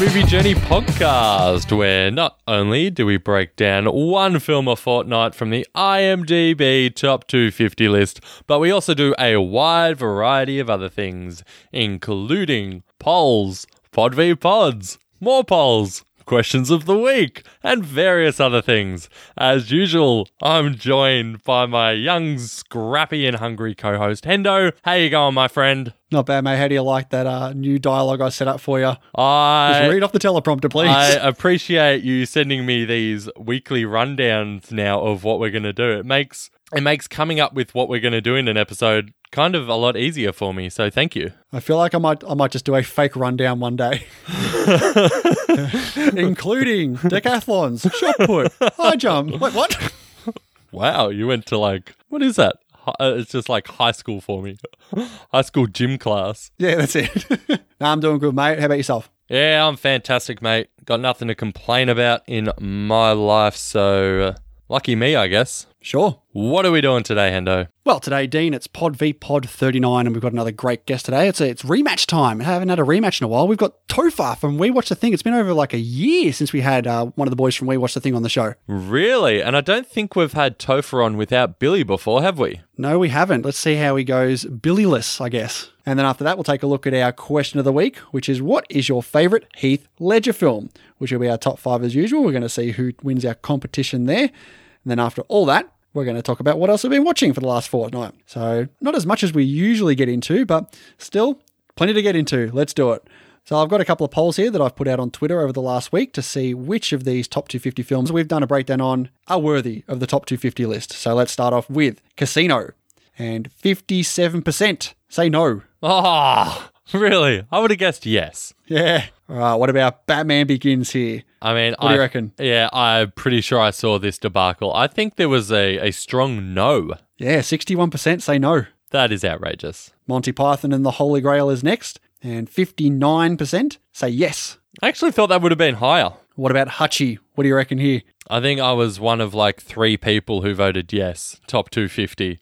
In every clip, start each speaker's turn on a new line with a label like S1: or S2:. S1: Movie Journey podcast, where not only do we break down one film a fortnight from the IMDb Top 250 list, but we also do a wide variety of other things, including polls, pod v pods, more polls, questions of the week, and various other things. As usual, I'm joined by my young, scrappy, and hungry co-host Hendo. How you going, my friend?
S2: Not bad, mate. How do you like that uh, new dialogue I set up for you? Just
S1: I
S2: read off the teleprompter, please.
S1: I appreciate you sending me these weekly rundowns now of what we're going to do. It makes it makes coming up with what we're going to do in an episode kind of a lot easier for me. So thank you.
S2: I feel like I might, I might just do a fake rundown one day, including decathlons, shot put, high jump. Wait, what?
S1: Wow, you went to like what is that? Hi- uh, It's just like high school for me. high school gym class.
S2: Yeah, that's it. nah, I'm doing good, mate. How about yourself?
S1: Yeah, I'm fantastic, mate. Got nothing to complain about in my life, so uh, lucky me, I guess.
S2: Sure.
S1: What are we doing today, Hendo?
S2: Well, today, Dean, it's Pod v Pod 39, and we've got another great guest today. It's a, it's rematch time. I haven't had a rematch in a while. We've got Tofar from We Watch the Thing. It's been over like a year since we had uh, one of the boys from We Watch the Thing on the show.
S1: Really? And I don't think we've had Topher on without Billy before, have we?
S2: No, we haven't. Let's see how he goes Billyless, I guess. And then after that, we'll take a look at our question of the week, which is what is your favourite Heath Ledger film? Which will be our top five as usual. We're going to see who wins our competition there. And then after all that, we're going to talk about what else we've been watching for the last fortnight. So, not as much as we usually get into, but still plenty to get into. Let's do it. So I've got a couple of polls here that I've put out on Twitter over the last week to see which of these top 250 films we've done a breakdown on are worthy of the top 250 list. So let's start off with Casino. And 57% say no.
S1: Oh, really? I would have guessed yes.
S2: Yeah. All right, what about Batman Begins here?
S1: I mean,
S2: What
S1: I,
S2: do you reckon?
S1: Yeah, I'm pretty sure I saw this debacle. I think there was a, a strong no.
S2: Yeah, 61% say no.
S1: That is outrageous.
S2: Monty Python and the Holy Grail is next. And 59% say yes.
S1: I actually thought that would have been higher.
S2: What about Hutchie? What do you reckon here?
S1: I think I was one of like three people who voted yes, top 250.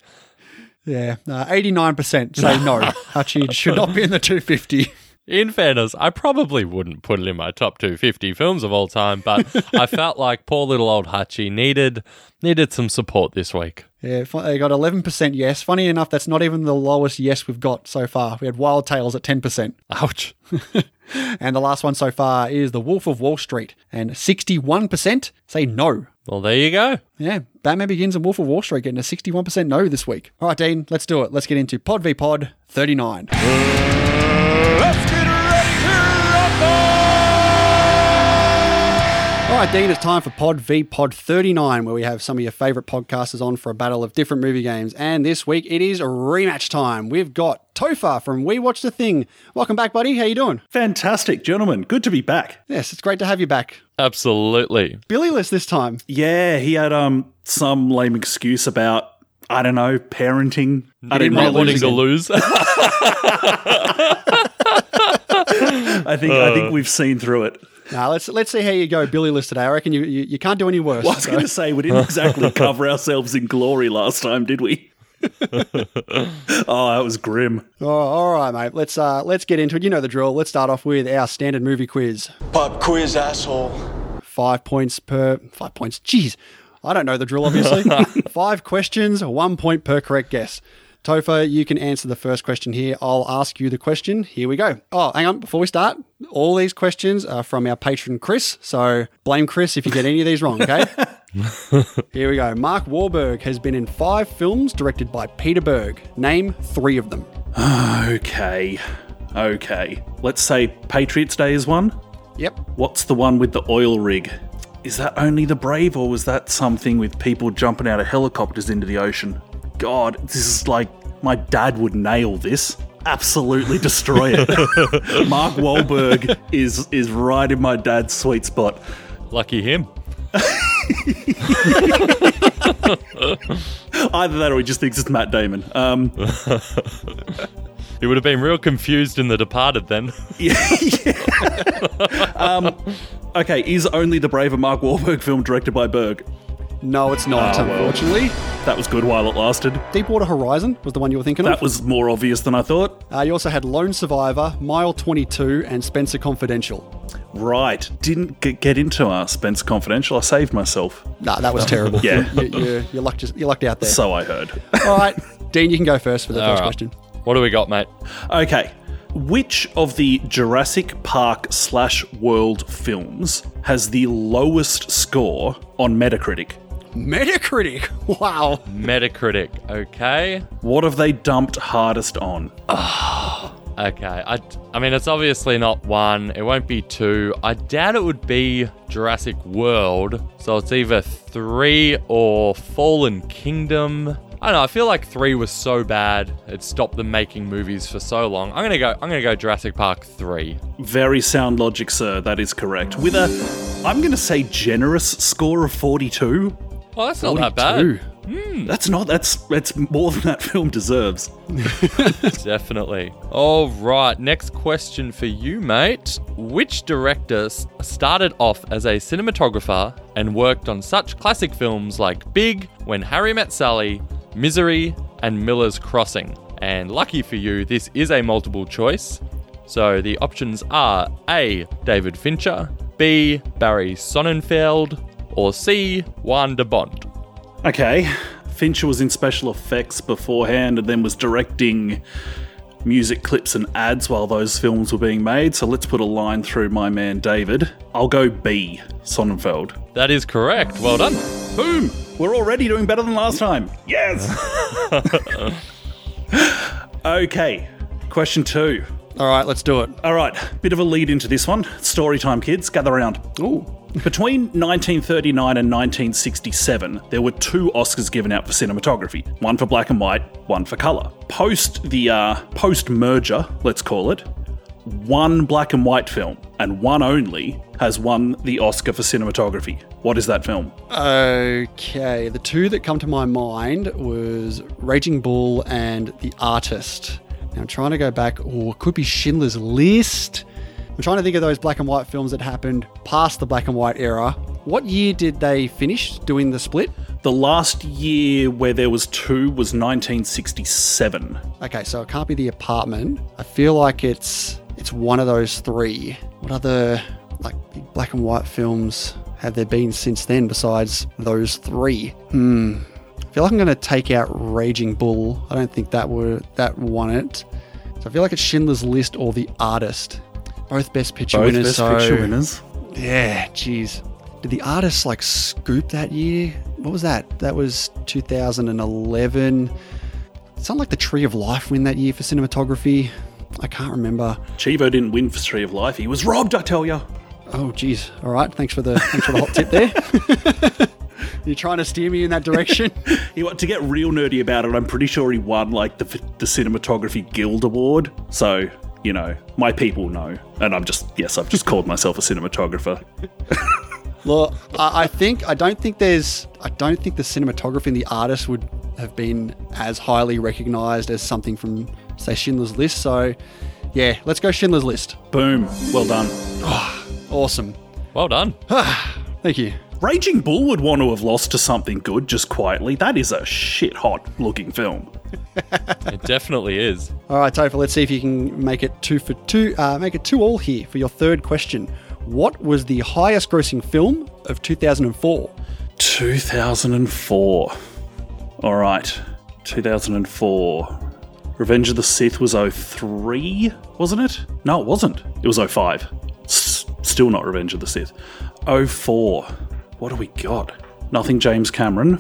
S2: Yeah, uh, 89% say no. Hutchie should not be in the 250.
S1: In fairness, I probably wouldn't put it in my top 250 films of all time, but I felt like poor little old Hutchie needed needed some support this week.
S2: Yeah, fu- they got 11% yes. Funny enough, that's not even the lowest yes we've got so far. We had Wild Tales at 10%.
S1: Ouch.
S2: and the last one so far is The Wolf of Wall Street. And 61% say no.
S1: Well, there you go.
S2: Yeah, Batman Begins and Wolf of Wall Street getting a 61% no this week. All right, Dean, let's do it. Let's get into Pod v Pod 39.
S3: Let's get ready to
S2: All right, Dean, it's time for Pod v Pod 39, where we have some of your favourite podcasters on for a battle of different movie games. And this week it is rematch time. We've got Tofar from We Watch the Thing. Welcome back, buddy. How you doing?
S4: Fantastic, gentlemen. Good to be back.
S2: Yes, it's great to have you back.
S1: Absolutely.
S2: Billy list this time.
S4: Yeah, he had um some lame excuse about I don't know parenting. I didn't
S1: Not
S4: really
S1: wanting
S4: lose
S1: to
S4: again.
S1: lose.
S4: I think I
S1: Uh.
S4: think we've seen through it.
S2: Now let's let's see how you go, Billy list today. I reckon you you, you can't do any worse.
S4: Well, I was going to say we didn't exactly cover ourselves in glory last time, did we? oh, that was grim.
S2: Oh, all right, mate. Let's uh let's get into it. You know the drill. Let's start off with our standard movie quiz.
S3: rumble! Pop quiz, asshole.
S2: Five points per five points. Jeez, I don't know the drill. Obviously, five questions, one point per correct guess. Topher, you can answer the first question here. I'll ask you the question. Here we go. Oh, hang on. Before we start, all these questions are from our patron Chris. So blame Chris if you get any of these wrong. Okay. Here we go. Mark Warburg has been in five films directed by Peter Berg. Name three of them.
S4: Okay, okay. Let's say Patriots Day is one.
S2: Yep.
S4: What's the one with the oil rig? Is that only the brave, or was that something with people jumping out of helicopters into the ocean? God, this is like my dad would nail this. Absolutely destroy it. Mark Wahlberg is is right in my dad's sweet spot.
S1: Lucky him.
S4: Either that, or he just thinks it's Matt Damon. Um,
S1: He would have been real confused in The Departed then.
S4: okay, is only the brave a Mark Wahlberg film directed by Berg?
S2: No, it's not,
S4: Oh, well.
S2: unfortunately.
S4: That was good while it lasted.
S2: Deepwater Horizon was the one you were thinking
S4: That
S2: of.
S4: was more obvious than I thought.
S2: Uh, you also had Lone Survivor, Mile 22, and Spencer Confidential.
S4: Right. Didn't g- get into uh, Spencer Confidential. I saved myself.
S2: Nah, that was terrible.
S4: Yeah.
S2: You, you, you, lucked, you lucked out there.
S4: So I heard.
S2: All right, Dean, you can go first for the first
S1: right.
S2: question.
S1: What do we got, mate?
S4: Okay. Which of the Jurassic Park slash world films has the lowest score on Metacritic?
S2: Metacritic. Wow.
S1: Metacritic. Okay.
S4: What have they dumped hardest on?
S1: Okay. I, I mean, it's obviously not one. It won't be two. I doubt it would be Jurassic World. So it's either three or Fallen Kingdom. I don't know. I feel like three was so bad it stopped them making movies for so long. I'm gonna go. I'm gonna go Jurassic Park three.
S4: Very sound logic, sir. That is correct. With a, I'm going to say generous score of 42.
S1: Oh, that's not that bad.
S2: Two.
S4: That's not. That's that's more than that film deserves.
S1: Definitely. All right. Next question for you, mate. Which director s- started off as a cinematographer and worked on such classic films like Big, When Harry Met Sally, Misery, and Miller's Crossing? And lucky for you, this is a multiple choice. So the options are A. David Fincher, B. Barry Sonnenfeld, or C. Juan de Bont.
S4: Okay, Fincher was in special effects beforehand, and then was directing music clips and ads while those films were being made. So let's put a line through my man David. I'll go B. Sonnenfeld.
S1: That is correct. Well done.
S4: Boom! We're already doing better than last time. Yes. okay. Question two.
S2: All right, let's do it.
S4: All right, bit of a lead into this one. Story time, kids. Gather around.
S2: Ooh.
S4: Between 1939 and 1967, there were two Oscars given out for cinematography, one for black and white, one for color. Post the uh, post merger, let's call it, one black and white film and one only has won the Oscar for cinematography. What is that film?
S2: Okay, the two that come to my mind was Raging Bull and The Artist. Now I'm trying to go back, or it could be Schindler's List. I'm trying to think of those black and white films that happened past the black and white era. What year did they finish doing the split?
S4: The last year where there was two was 1967.
S2: Okay, so it can't be The Apartment. I feel like it's it's one of those three. What other like big black and white films have there been since then besides those three? Hmm. I feel like I'm going to take out Raging Bull. I don't think that were that won it. So I feel like it's Schindler's List or The Artist. Both Best Picture winners. so
S4: winners.
S2: yeah, jeez. Did the artist like scoop that year? What was that? That was 2011. It sounded like the Tree of Life win that year for cinematography. I can't remember.
S4: Chivo didn't win for Tree of Life. He was robbed, I tell ya.
S2: Oh, jeez. All right. Thanks for the thanks for the hot tip there. You're trying to steer me in that direction.
S4: He, to get real nerdy about it, I'm pretty sure he won like the the cinematography guild award. So you know, my people know, and I'm just yes, I've just called myself a cinematographer.
S2: Look, I, I think I don't think there's I don't think the cinematography and the artist would have been as highly recognised as something from say Schindler's List. So, yeah, let's go Schindler's List.
S4: Boom, well done.
S2: Awesome.
S1: Well done.
S2: Thank you.
S4: Raging Bull would want to have lost to something good, just quietly. That is a shit hot looking film.
S1: It definitely is.
S2: All right, Topher, let's see if you can make it two for two, uh, make it two all here for your third question. What was the highest grossing film of 2004?
S4: 2004. All right, 2004. Revenge of the Sith was 03, wasn't it? No, it wasn't. It was 05. S- still not Revenge of the Sith. 04. What do we got? Nothing James Cameron.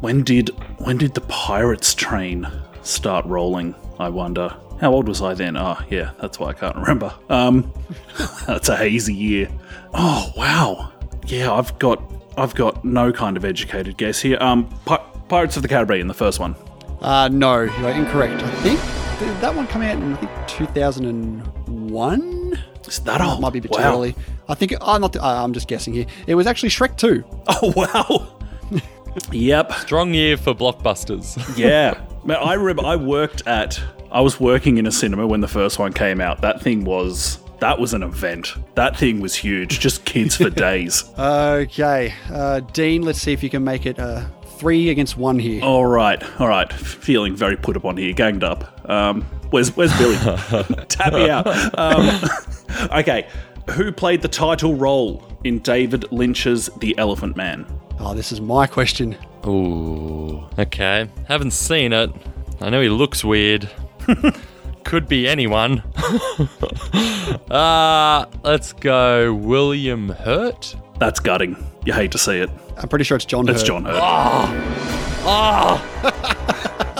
S4: When did when did the Pirates train start rolling? I wonder. How old was I then? Oh, yeah, that's why I can't remember. Um that's a hazy year. Oh wow. Yeah, I've got I've got no kind of educated guess here. Um, Pi- Pirates of the Caribbean, the first one.
S2: Uh, no, you are incorrect. I think did that one come out in I think 2001.
S4: Is that all?
S2: Might be a bit too
S4: wow.
S2: early. I think I'm not. Uh, I'm just guessing here. It was actually Shrek 2.
S4: Oh wow. yep.
S1: Strong year for blockbusters.
S4: Yeah. Man, I remember I worked at I was working in a cinema when the first one came out. That thing was that was an event. That thing was huge. Just kids for days.
S2: Okay, uh, Dean. Let's see if you can make it uh, three against one here.
S4: All right, all right. Feeling very put upon here, ganged up. Um, where's where's Billy? Tap me out. Um, okay, who played the title role in David Lynch's The Elephant Man?
S2: Oh, this is my question.
S1: Ooh. Okay. Haven't seen it. I know he looks weird. Could be anyone. uh, let's go William Hurt.
S4: That's gutting. You hate to see it.
S2: I'm pretty sure it's John.
S4: It's
S2: Hurt.
S4: John Hurt.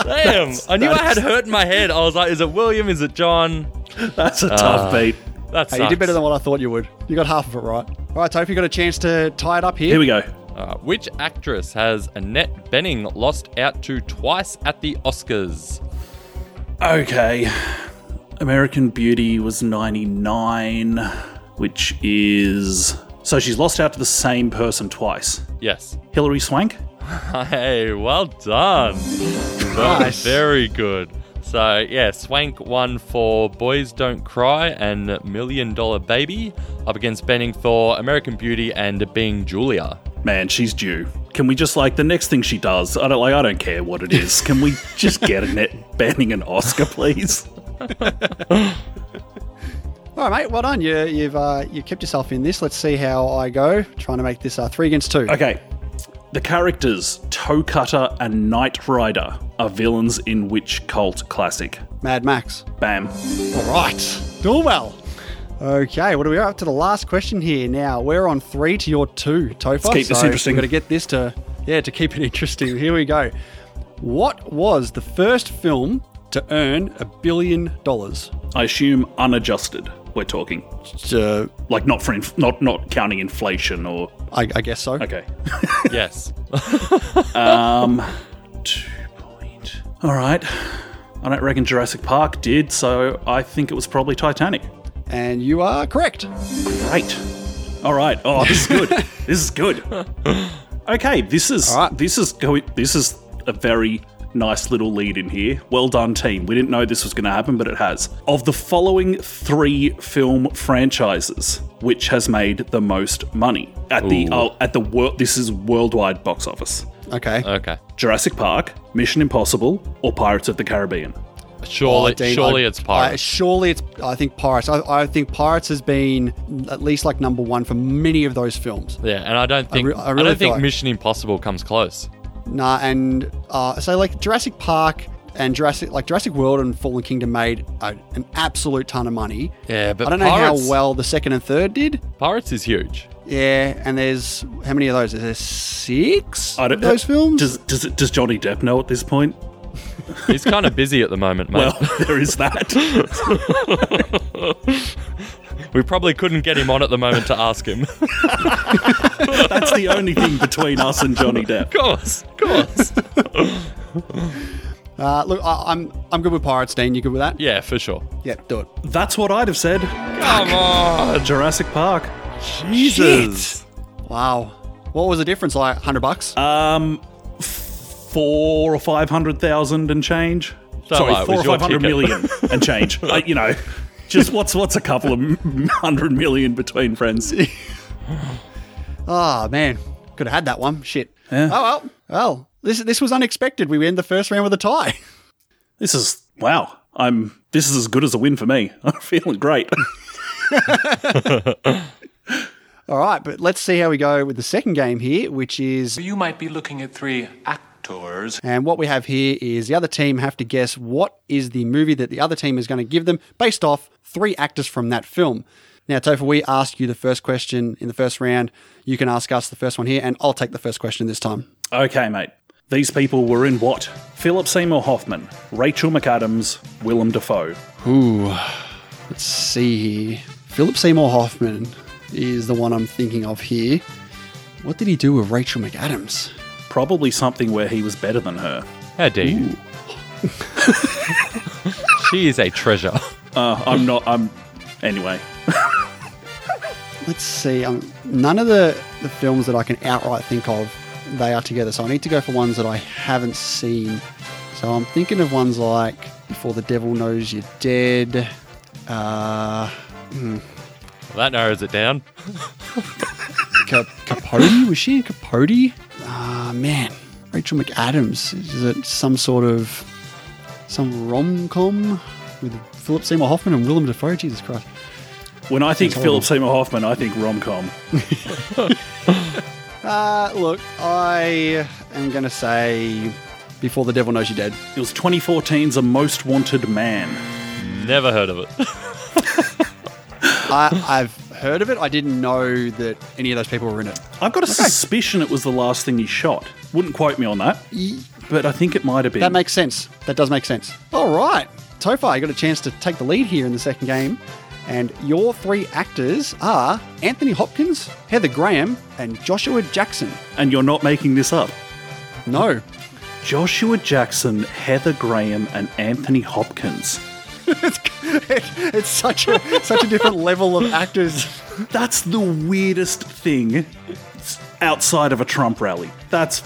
S1: Damn. I knew I had Hurt in my head. I was like, is it William? Is it John?
S4: That's a tough beat.
S1: That's
S2: Hey, you did better than what I thought you would. You got half of it right. All right, Toph, you got a chance to tie it up here.
S4: Here we go.
S1: Uh, which actress has Annette Benning lost out to twice at the Oscars?
S4: Okay. American Beauty was 99, which is. So she's lost out to the same person twice.
S1: Yes.
S4: Hilary Swank?
S1: Hey, well done. Well,
S2: Nice.
S1: Very good. So, yeah, Swank won for Boys Don't Cry and Million Dollar Baby up against Benning for American Beauty and Being Julia.
S4: Man, she's due. Can we just like the next thing she does? I don't like. I don't care what it is. Can we just get Annette Banning an Oscar, please?
S2: All right, mate. Well done. You, you've uh, you kept yourself in this. Let's see how I go. Trying to make this uh, three against two.
S4: Okay. The characters Toe Cutter and Knight Rider are villains in which cult classic?
S2: Mad Max.
S4: Bam.
S2: All right. Doing well. Okay, what are we up to the last question here now? We're on three to your two, Topher.
S4: keep this interesting.
S2: We've got to get this to yeah to keep it interesting. Here we go. What was the first film to earn a billion dollars?
S4: I assume unadjusted. We're talking
S2: Uh,
S4: like not for inf- not not counting inflation or
S2: I, I guess so.
S4: okay.
S1: Yes.
S4: Two point. All right. I don't reckon Jurassic Park did, so I think it was probably Titanic.
S2: And you are correct.
S4: Great. All right. Oh, this is good. this is good. Okay, this is
S2: right.
S4: this is going. This is a very nice little lead in here. Well done, team. We didn't know this was going to happen, but it has. Of the following three film franchises, which has made the most money at the oh, at the world? This is worldwide box office.
S2: Okay.
S1: Okay.
S4: Jurassic Park, Mission Impossible, or Pirates of the Caribbean.
S1: Surely,
S2: Oh, Dean,
S1: surely
S2: I-
S1: it's Pirates.
S2: I, surely it's. I think Pirates. I, I think Pirates has been at least like number one for many of those films.
S1: yeah, and I don't think I,
S2: re- I really
S1: don't think
S2: thought-
S1: Mission Impossible comes close.
S2: Nah, and uh, so like Jurassic Park and Jurassic, like Jurassic World and Fallen Kingdom made a, an absolute ton of money.
S1: Yeah, but
S2: I don't know
S1: Pirates-
S2: how well the second and third did.
S1: Pirates is huge.
S2: Yeah, and there's how many of those? Is there six
S4: I
S2: of those films?
S4: Does does it, does Johnny Depp know at this point?
S1: He's kind of busy at the moment, mate.
S4: Well, there is that.
S1: we probably couldn't get him on at the moment to ask him. of
S4: That's the only thing between us and Johnny Depp.
S1: course, of course.
S2: uh, look, I, I'm I'm good with Pirates, Dean. You good with that?
S1: yeah, for sure.
S2: Yeah, do it.
S4: That's what I'd have said.
S1: Come on.
S4: Jurassic Park.
S1: Jesus.
S2: Wow, what was the difference? Like hundred bucks?
S4: Um, four or five hundred thousand and change.
S1: So
S4: Sorry,
S1: like, it
S4: four or
S1: was your
S4: five hundred
S1: ticket.
S4: million and change. Uh, you know, just what's what's a couple of m- hundred million between friends?
S2: Ah man, could have had that one. Shit. Oh well, well. This this was unexpected. We end the first round with a tie.
S4: This is wow. I'm. This is as good as a win for me. I'm feeling great.
S2: All right, but let's see how we go with the second game here, which is
S5: You might be looking at three actors.
S2: And what we have here is the other team have to guess what is the movie that the other team is going to give them based off three actors from that film. Now, Topher, we ask you the first question in the first round. You can ask us the first one here, and I'll take the first question this time.
S4: Okay, mate. These people were in what? Philip Seymour Hoffman, Rachel McAdams, Willem Dafoe.
S2: Let's see here. Philip Seymour Hoffman is the one I'm thinking of here. What did he do with Rachel McAdams?
S4: Probably something where he was better than her.
S1: How dare you? she is a treasure.
S4: Uh, I'm not. I'm. Anyway,
S2: Let's see. Um, none of the, the films that I can outright think of, they are together. So I need to go for ones that I haven't seen. So I'm thinking of ones like Before the Devil Knows You're Dead. Uh,
S1: That narrows it down.
S2: Cap- Capote? Was she in Capote? Ah, man. Rachel McAdams. Is it some sort of some rom com with Philip Seymour Hoffman and Willem Dafoe? Jesus Christ!
S4: When I think Philip Seymour Hoffman, I think rom com.
S2: Uh, look, I am going to say before the devil knows you're dead.
S4: It was 2014's A Most Wanted Man.
S1: Never heard of it.
S2: I, I've heard of it. I didn't know that any of those people were in it.
S4: I've got a suspicion it was the last thing he shot. Wouldn't quote me on that, but I think it might have been.
S2: That makes sense. That does make sense. All right. Topher, you got a chance to take the lead here in the second game. And your three actors are Anthony Hopkins, Heather Graham, and Joshua Jackson.
S4: and you're not making this up.
S2: No.
S4: Joshua Jackson, Heather Graham, and Anthony Hopkins.
S2: it's, it's such a such a different level of actors.
S4: That's the weirdest thing outside of a Trump rally. That's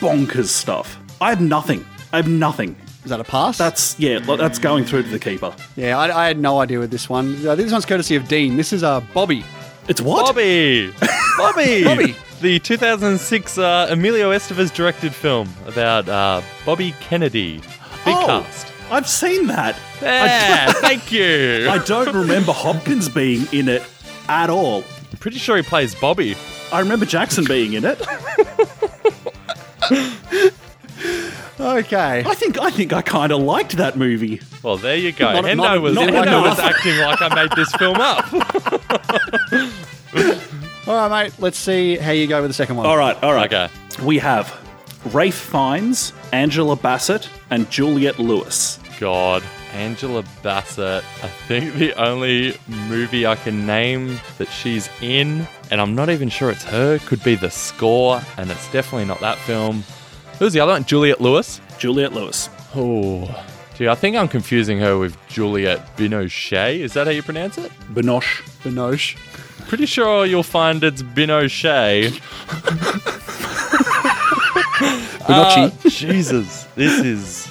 S4: bonkers stuff. I have nothing. I have nothing.
S2: Is that a pass?
S4: That's yeah. like, That's going through to the keeper.
S2: yeah, I, I had no idea with this one. Uh, This one's courtesy of Dean. This is uh, Bobby.
S4: It's what?
S1: Bobby! Bobby!
S2: Bobby.
S1: The 2006 uh, Emilio Estevez directed film about uh, Bobby Kennedy. Big
S4: Oh,
S1: cast.
S4: I've seen that.
S1: Yeah, thank you.
S4: I
S1: I'm
S4: don't remember Hopkins being in it at all.
S1: pretty sure he plays Bobby.
S4: I remember Jackson being in it.
S2: Okay.
S4: I think I think I kind of liked that movie.
S1: Well, there you go.
S2: Not-
S1: Hendo
S2: not-
S1: was,
S2: not
S1: Hendo
S2: like
S1: was acting like I made this film up.
S2: All right, mate. Let's see how you go with the second one.
S4: All right, all right.
S1: Okay.
S4: We have Rafe Fiennes, Angela Bassett, and Juliette Lewis.
S1: God. Angela Bassett. I think the only movie I can name that she's in, and I'm not even sure it's her, could be The Score, and it's definitely not that film. Who's the other one? Juliet Lewis?
S4: Juliette Lewis.
S1: Oh, gee, I think I'm confusing her with Juliet Binochet. Is that how you pronounce it?
S4: Binoche.
S2: Binoche.
S1: Pretty sure you'll find it's Binochet.
S2: Binoche.
S1: Uh, Jesus, this is.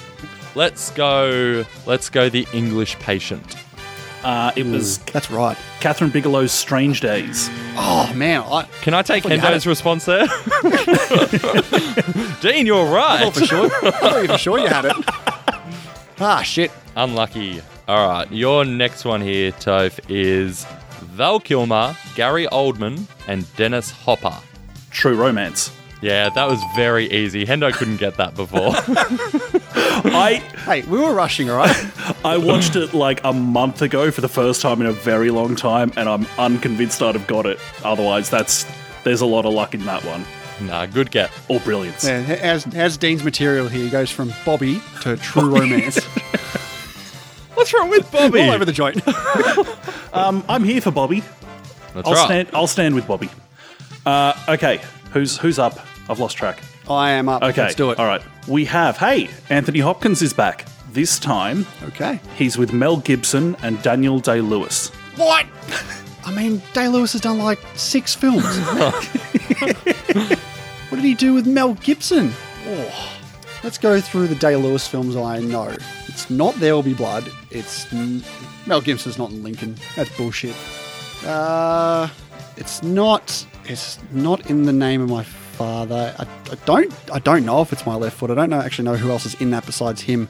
S1: Let's go. Let's go. The English patient.
S4: Uh, it was
S1: Hmm.
S2: That's right.
S4: Catherine Bigelow's Strange Days.
S2: Oh man, I,
S1: Can I take
S2: Well, you had
S1: Hendo's
S2: it.
S1: response there? Dean, you're
S2: I
S1: right.
S2: thought for sure. I thought for sure you had it. Ah shit.
S1: Unlucky. All right, your next one here, Toph, is Val Kilmer, Gary Oldman, and Dennis Hopper.
S4: True Romance.
S1: Yeah, that was very easy. Hendo couldn't get that before.
S4: I
S2: Hey, we were rushing, all right.
S4: I watched it like a month ago for the first time in a very long time, and I'm unconvinced I'd have got it. Otherwise, that's there's a lot of luck in that one.
S1: nah, good get.
S4: Or brilliance.
S2: Yeah, as, as Dean's material here goes from Bobby to true romance,
S1: What's wrong with Bobby?
S2: all over the joint.
S4: Um, I'm here for Bobby.
S1: That's
S4: I'll
S1: right.
S4: stand. I'll stand with Bobby. Uh, okay, who's who's up? I've lost track.
S2: I am up.
S4: Okay,
S2: Let's do it.
S4: All right, we have. Hey, Anthony Hopkins is back. This time,
S2: Okay.
S4: he's with Mel Gibson and Daniel Day Lewis.
S2: What? I mean, Day Lewis has done like six films. what did he do with Mel Gibson? Oh. Let's go through the Day Lewis films I know. It's not There Will Be Blood. It's n- Mel Gibson's not in Lincoln. That's bullshit. Uh, it's not. It's not in the name of my father. I, I don't. I don't know if it's my left foot. I don't know actually know who else is in that besides him.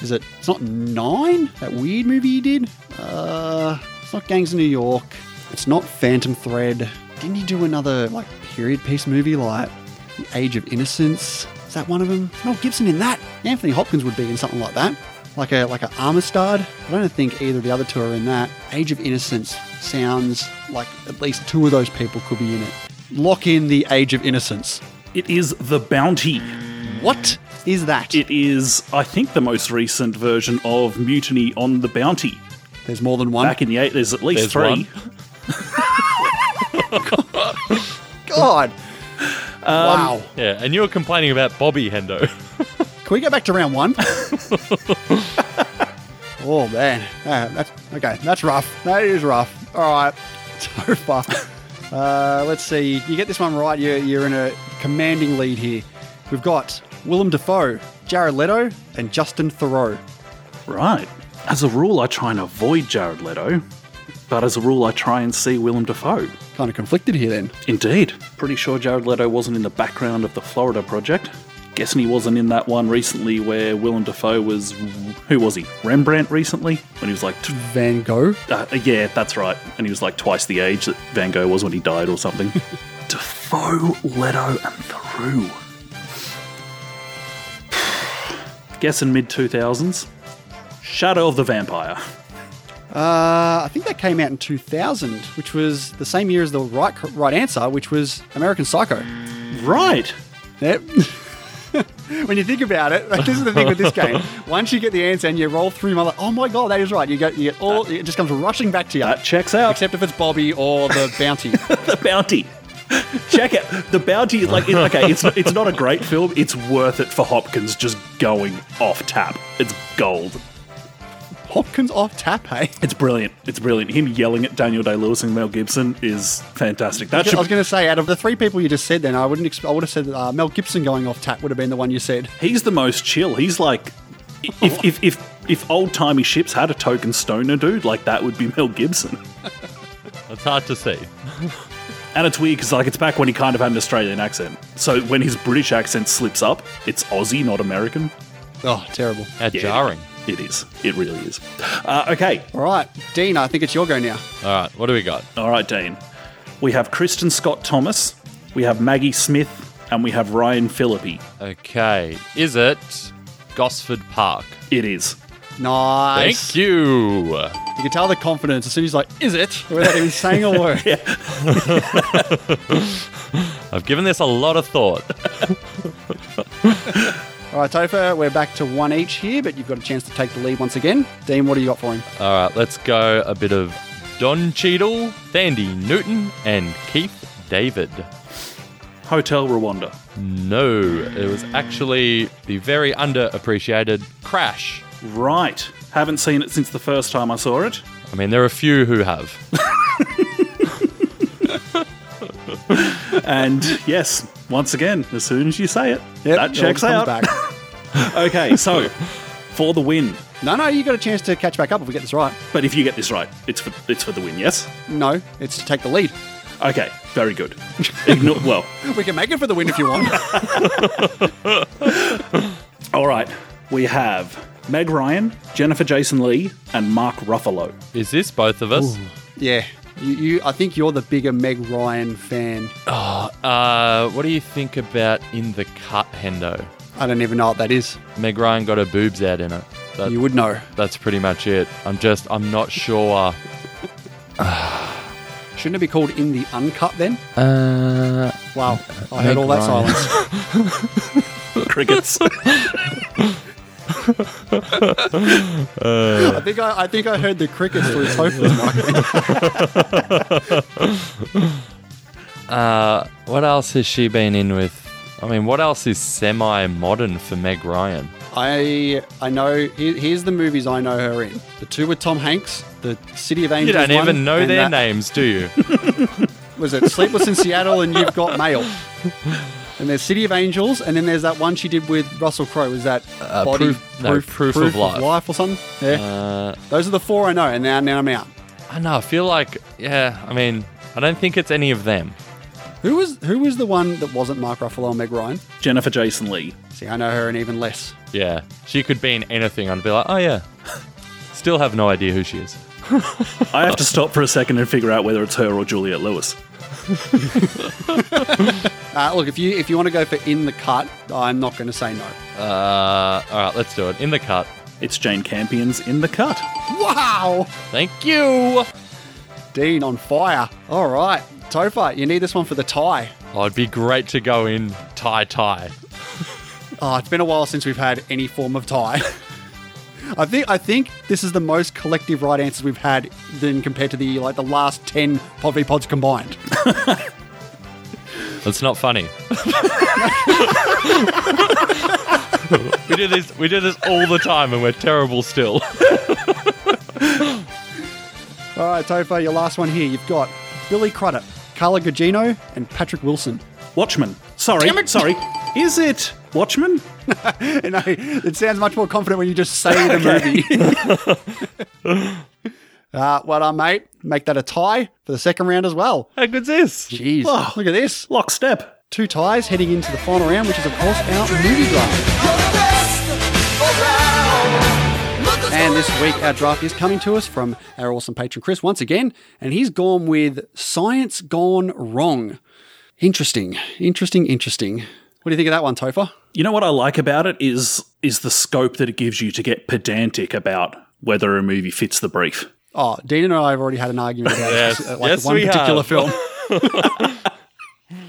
S2: Is it? It's not Nine. That weird movie he did. Uh, it's not Gangs of New York. It's not Phantom Thread. Didn't he do another like period piece movie like The Age of Innocence? Is that one of them? Mel Gibson in that. Anthony Hopkins would be in something like that. Like a like a Amistad. I don't think either of the other two are in that. Age of Innocence sounds like at least two of those people could be in it. Lock in the Age of Innocence.
S4: It is the Bounty.
S2: What is that?
S4: It is, I think, the most recent version of Mutiny on the Bounty.
S2: There's more than one.
S4: Back in the eight, there's at least
S1: There's one.
S4: three.
S2: God.
S4: Um,
S2: wow.
S1: Yeah, and you were complaining about Bobby Hendo.
S2: Can we go back to round one? oh man, Ah, that's okay. That's rough. That is rough. All right, so far. Uh, let's see. You get this one right, you're, you're in a commanding lead here. We've got Willem Dafoe, Jared Leto, and Justin Thoreau.
S4: Right. As a rule, I try and avoid Jared Leto, but as a rule, I try and see Willem Dafoe.
S2: Kind of conflicted here then.
S4: Indeed. Pretty sure Jared Leto wasn't in the background of the Florida Project. Guessing he wasn't in that one recently where Willem Dafoe was. Who was he? Rembrandt recently? When he was like. T-
S2: Van Gogh.
S4: uh, yeah, that's right. And he was like twice the age that Van Gogh was when he died or something. Defoe, Leto, and Theroux. Guessing mid 2000s. Shadow of the Vampire.
S2: Uh, I think that came out in 2000, which was the same year as the right right answer, which was American Psycho.
S4: Right!
S2: Yep. when you think about it, like, this is the thing with this game. Once you get the answer and you roll through, mother, oh my god, that is right. You get, you get all, it just comes rushing back to you.
S4: That checks out.
S2: Except if it's Bobby or the bounty.
S4: the bounty. Check it. The bounty is like it- okay. It's it's not a great film. It's worth it for Hopkins just going off tap. It's gold.
S2: Hopkins off tap, eh? hey?
S4: It's brilliant. It's brilliant. Him yelling at Daniel Day Lewis and Mel Gibson is fantastic. That
S2: I
S4: should.
S2: was going to say, out of the three people you just said, then I wouldn't. Exp- I would have said that, uh, Mel Gibson going off tap would have been the one you said.
S4: he's the most chill. He's like, if if if if old timey ships had a token stoner dude like that would be Mel Gibson.
S1: It's hard to see.
S4: And it's weird because like it's back when he kind of had an Australian accent. So when his British accent slips up, it's Aussie, not American.
S2: Oh, terrible.
S1: How
S4: Yeah.
S1: jarring.
S4: It is. It really is. Uh, okay,
S2: All right, Dean, I think it's your go now.
S1: All right, what do we got?
S4: All right, Dean. We have Kristen Scott Thomas, we have Maggie Smith, and we have Ryan Philippi.
S1: Okay, is it Gosford Park?
S4: It is.
S2: Nice.
S1: Thank you.
S2: You can tell the confidence as soon as he's like, "Is it?" without even saying a word.
S1: I've given this a lot of thought.
S2: All right, Topher, we're back to one each here, but you've got a chance to take the lead once again. Dean, what do you got for him?
S1: All right, let's go a bit of Don Cheadle, Sandy Newton, and Keith David.
S4: Hotel Rwanda.
S1: No, it was actually the very underappreciated Crash.
S4: Right. Haven't seen it since the first time I saw it.
S1: I mean, there are few who have.
S4: And yes, once again, as soon as you say it,
S2: Yep,
S4: that
S2: it
S4: checks
S2: all comes
S4: out. Okay, so for the win.
S2: No, no, you got a chance to catch back up if we get this right.
S4: But if you get this right, it's for it's for the win, yes?
S2: No, it's to take the lead.
S4: Okay, very good. Ignore well,
S2: We can make it for the win if you want.
S4: all right. We have Meg Ryan, Jennifer Jason Lee, and Mark Ruffalo.
S1: Is this both of us?
S2: yeah, you, you. I think you're the bigger Meg Ryan fan.
S1: Uh, what do you think about In the Cut, Hendo?
S2: I don't even know what that is.
S1: Meg Ryan got her boobs out in it. That-
S2: You would know.
S1: that's pretty much it. I'm just, I'm not sure.
S2: Shouldn't it be called in the uncut then?
S1: Uh,
S2: Wow, I heard
S1: Meg
S2: all that
S1: Ryan.
S2: silence.
S4: Crickets.
S2: I think I, I think I heard the crickets through Topher's mic.
S1: Uh, what else has she been in with? I mean, what else is semi-modern for Meg Ryan?
S2: I I know. Here, here's the movies I know her in. The two with Tom Hanks, the City of Angels.
S1: You don't
S2: one,
S1: even know
S2: and
S1: their
S2: that-
S1: names, do you?
S2: Was it Sleepless in Seattle and You've Got Mail? And there's City of Angels, and then there's that one she did with Russell Crowe. Was that
S1: Uh, Proof- no, Proof of Life. Uh,
S2: or something? Yeah. Those are the four I know, and now now I'm out.
S1: I know. I feel like, yeah. I mean, I don't think it's any of them.
S2: Who was who was the one that wasn't Mark Ruffalo and Meg Ryan?
S4: Jennifer Jason Lee.
S2: See, I know her and even less.
S1: Yeah, she could be in anything. I'd be like, oh yeah. Still have no idea who she is.
S4: I have to stop for a second and figure out whether it's her or Juliet Lewis.
S2: Uh, look, if you if you want to go for in the cut, I'm not going to say no.
S1: Uh, all right, let's do it. In the cut.
S4: It's Jane Campion's in the cut.
S2: Wow,
S1: Thank you.
S2: Dean on fire. All right, Topher, you need this one for the tie.
S1: Oh, it'd be great to go in tie tie.
S2: Oh, it's been a while since we've had any form of tie. I think I think this is the most collective right answers we've had than compared to the like the last ten poverty pods combined.
S1: That's not funny. we do this. We do this all the time, and we're terrible still.
S2: All right, Topher, your last one here. You've got Billy Crudup, Carla Gugino, and Patrick Wilson.
S4: Watchmen. Sorry, sorry. Is it Watchmen?
S2: And I, it sounds much more confident when you just say the movie. Uh, well done, mate. Make that a tie for the second round as well.
S4: How good's this?
S2: Jeez,
S4: Oh.
S2: look at this.
S4: Lockstep.
S2: Two ties heading into the final round, which is, of course, our movie draft. And this week, our draft is coming to us from our awesome patron Chris once again, and he's gone with Science Gone Wrong. Interesting, interesting, interesting. What do you think of that one, Topher?
S4: You know what I like about it is is the scope that it gives you to get pedantic about whether a movie fits the brief.
S2: Oh, Dean and I have already had an argument about
S1: Yes.
S2: this, uh, like
S1: Yes,
S2: one
S1: we
S2: particular
S1: have.
S2: film.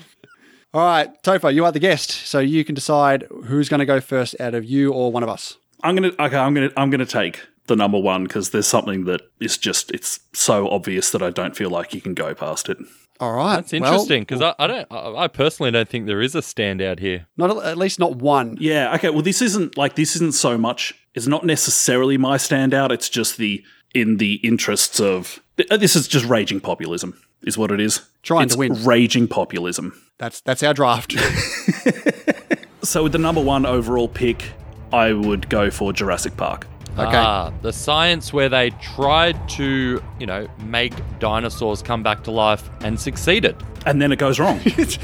S2: All right, Topher, you are the guest, so you can decide who's going to go first out of you or one of us.
S4: I'm gonna okay. I'm gonna I'm gonna take the number one because there's something that is just it's so obvious that I don't feel like you can go past it.
S2: All right,
S1: It's interesting because I, I don't. I I personally don't think there is a standout here.
S2: Well, not at least not one.
S4: Yeah. Okay. Well, this isn't like this isn't so much. It's not necessarily my standout. It's just the in the interests of uh, this is just raging populism is what it is.
S2: Trying
S4: It's
S2: to win.
S4: Raging populism.
S2: That's that's our draft.
S4: So with the number one overall pick, I would go for Jurassic Park.
S2: Okay.
S1: Ah, the science where they tried to, you know, make dinosaurs come back to life and succeeded.
S4: And then it goes wrong.
S1: Yeah, but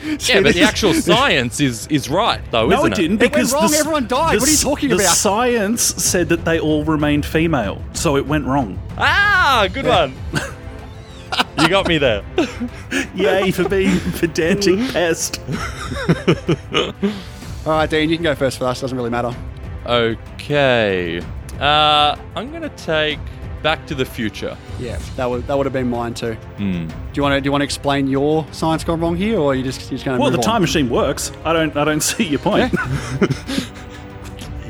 S1: the
S2: this-
S1: actual science is is right though,
S4: no,
S1: isn't
S4: it
S1: it?
S4: didn't.
S2: went
S4: because
S2: wrong,
S4: s-
S2: everyone died. What are you
S4: s-
S2: talking
S4: the
S2: about?
S4: Science said that they all remained female, so it went wrong.
S1: Ah, good one. you got me there.
S4: Yay for being pedantic pest.
S2: All right, Dean, you can go first for us. Doesn't really matter.
S1: Okay. Uh, I'm gonna take Back to the Future.
S2: Yeah, that would that would have been mine too.
S4: Hmm.
S2: Do you want to do you want to explain your science gone wrong here, or are you just you're just going to
S4: Well,
S2: move
S4: the time
S2: on?
S4: machine works. I don't. I don't see your point.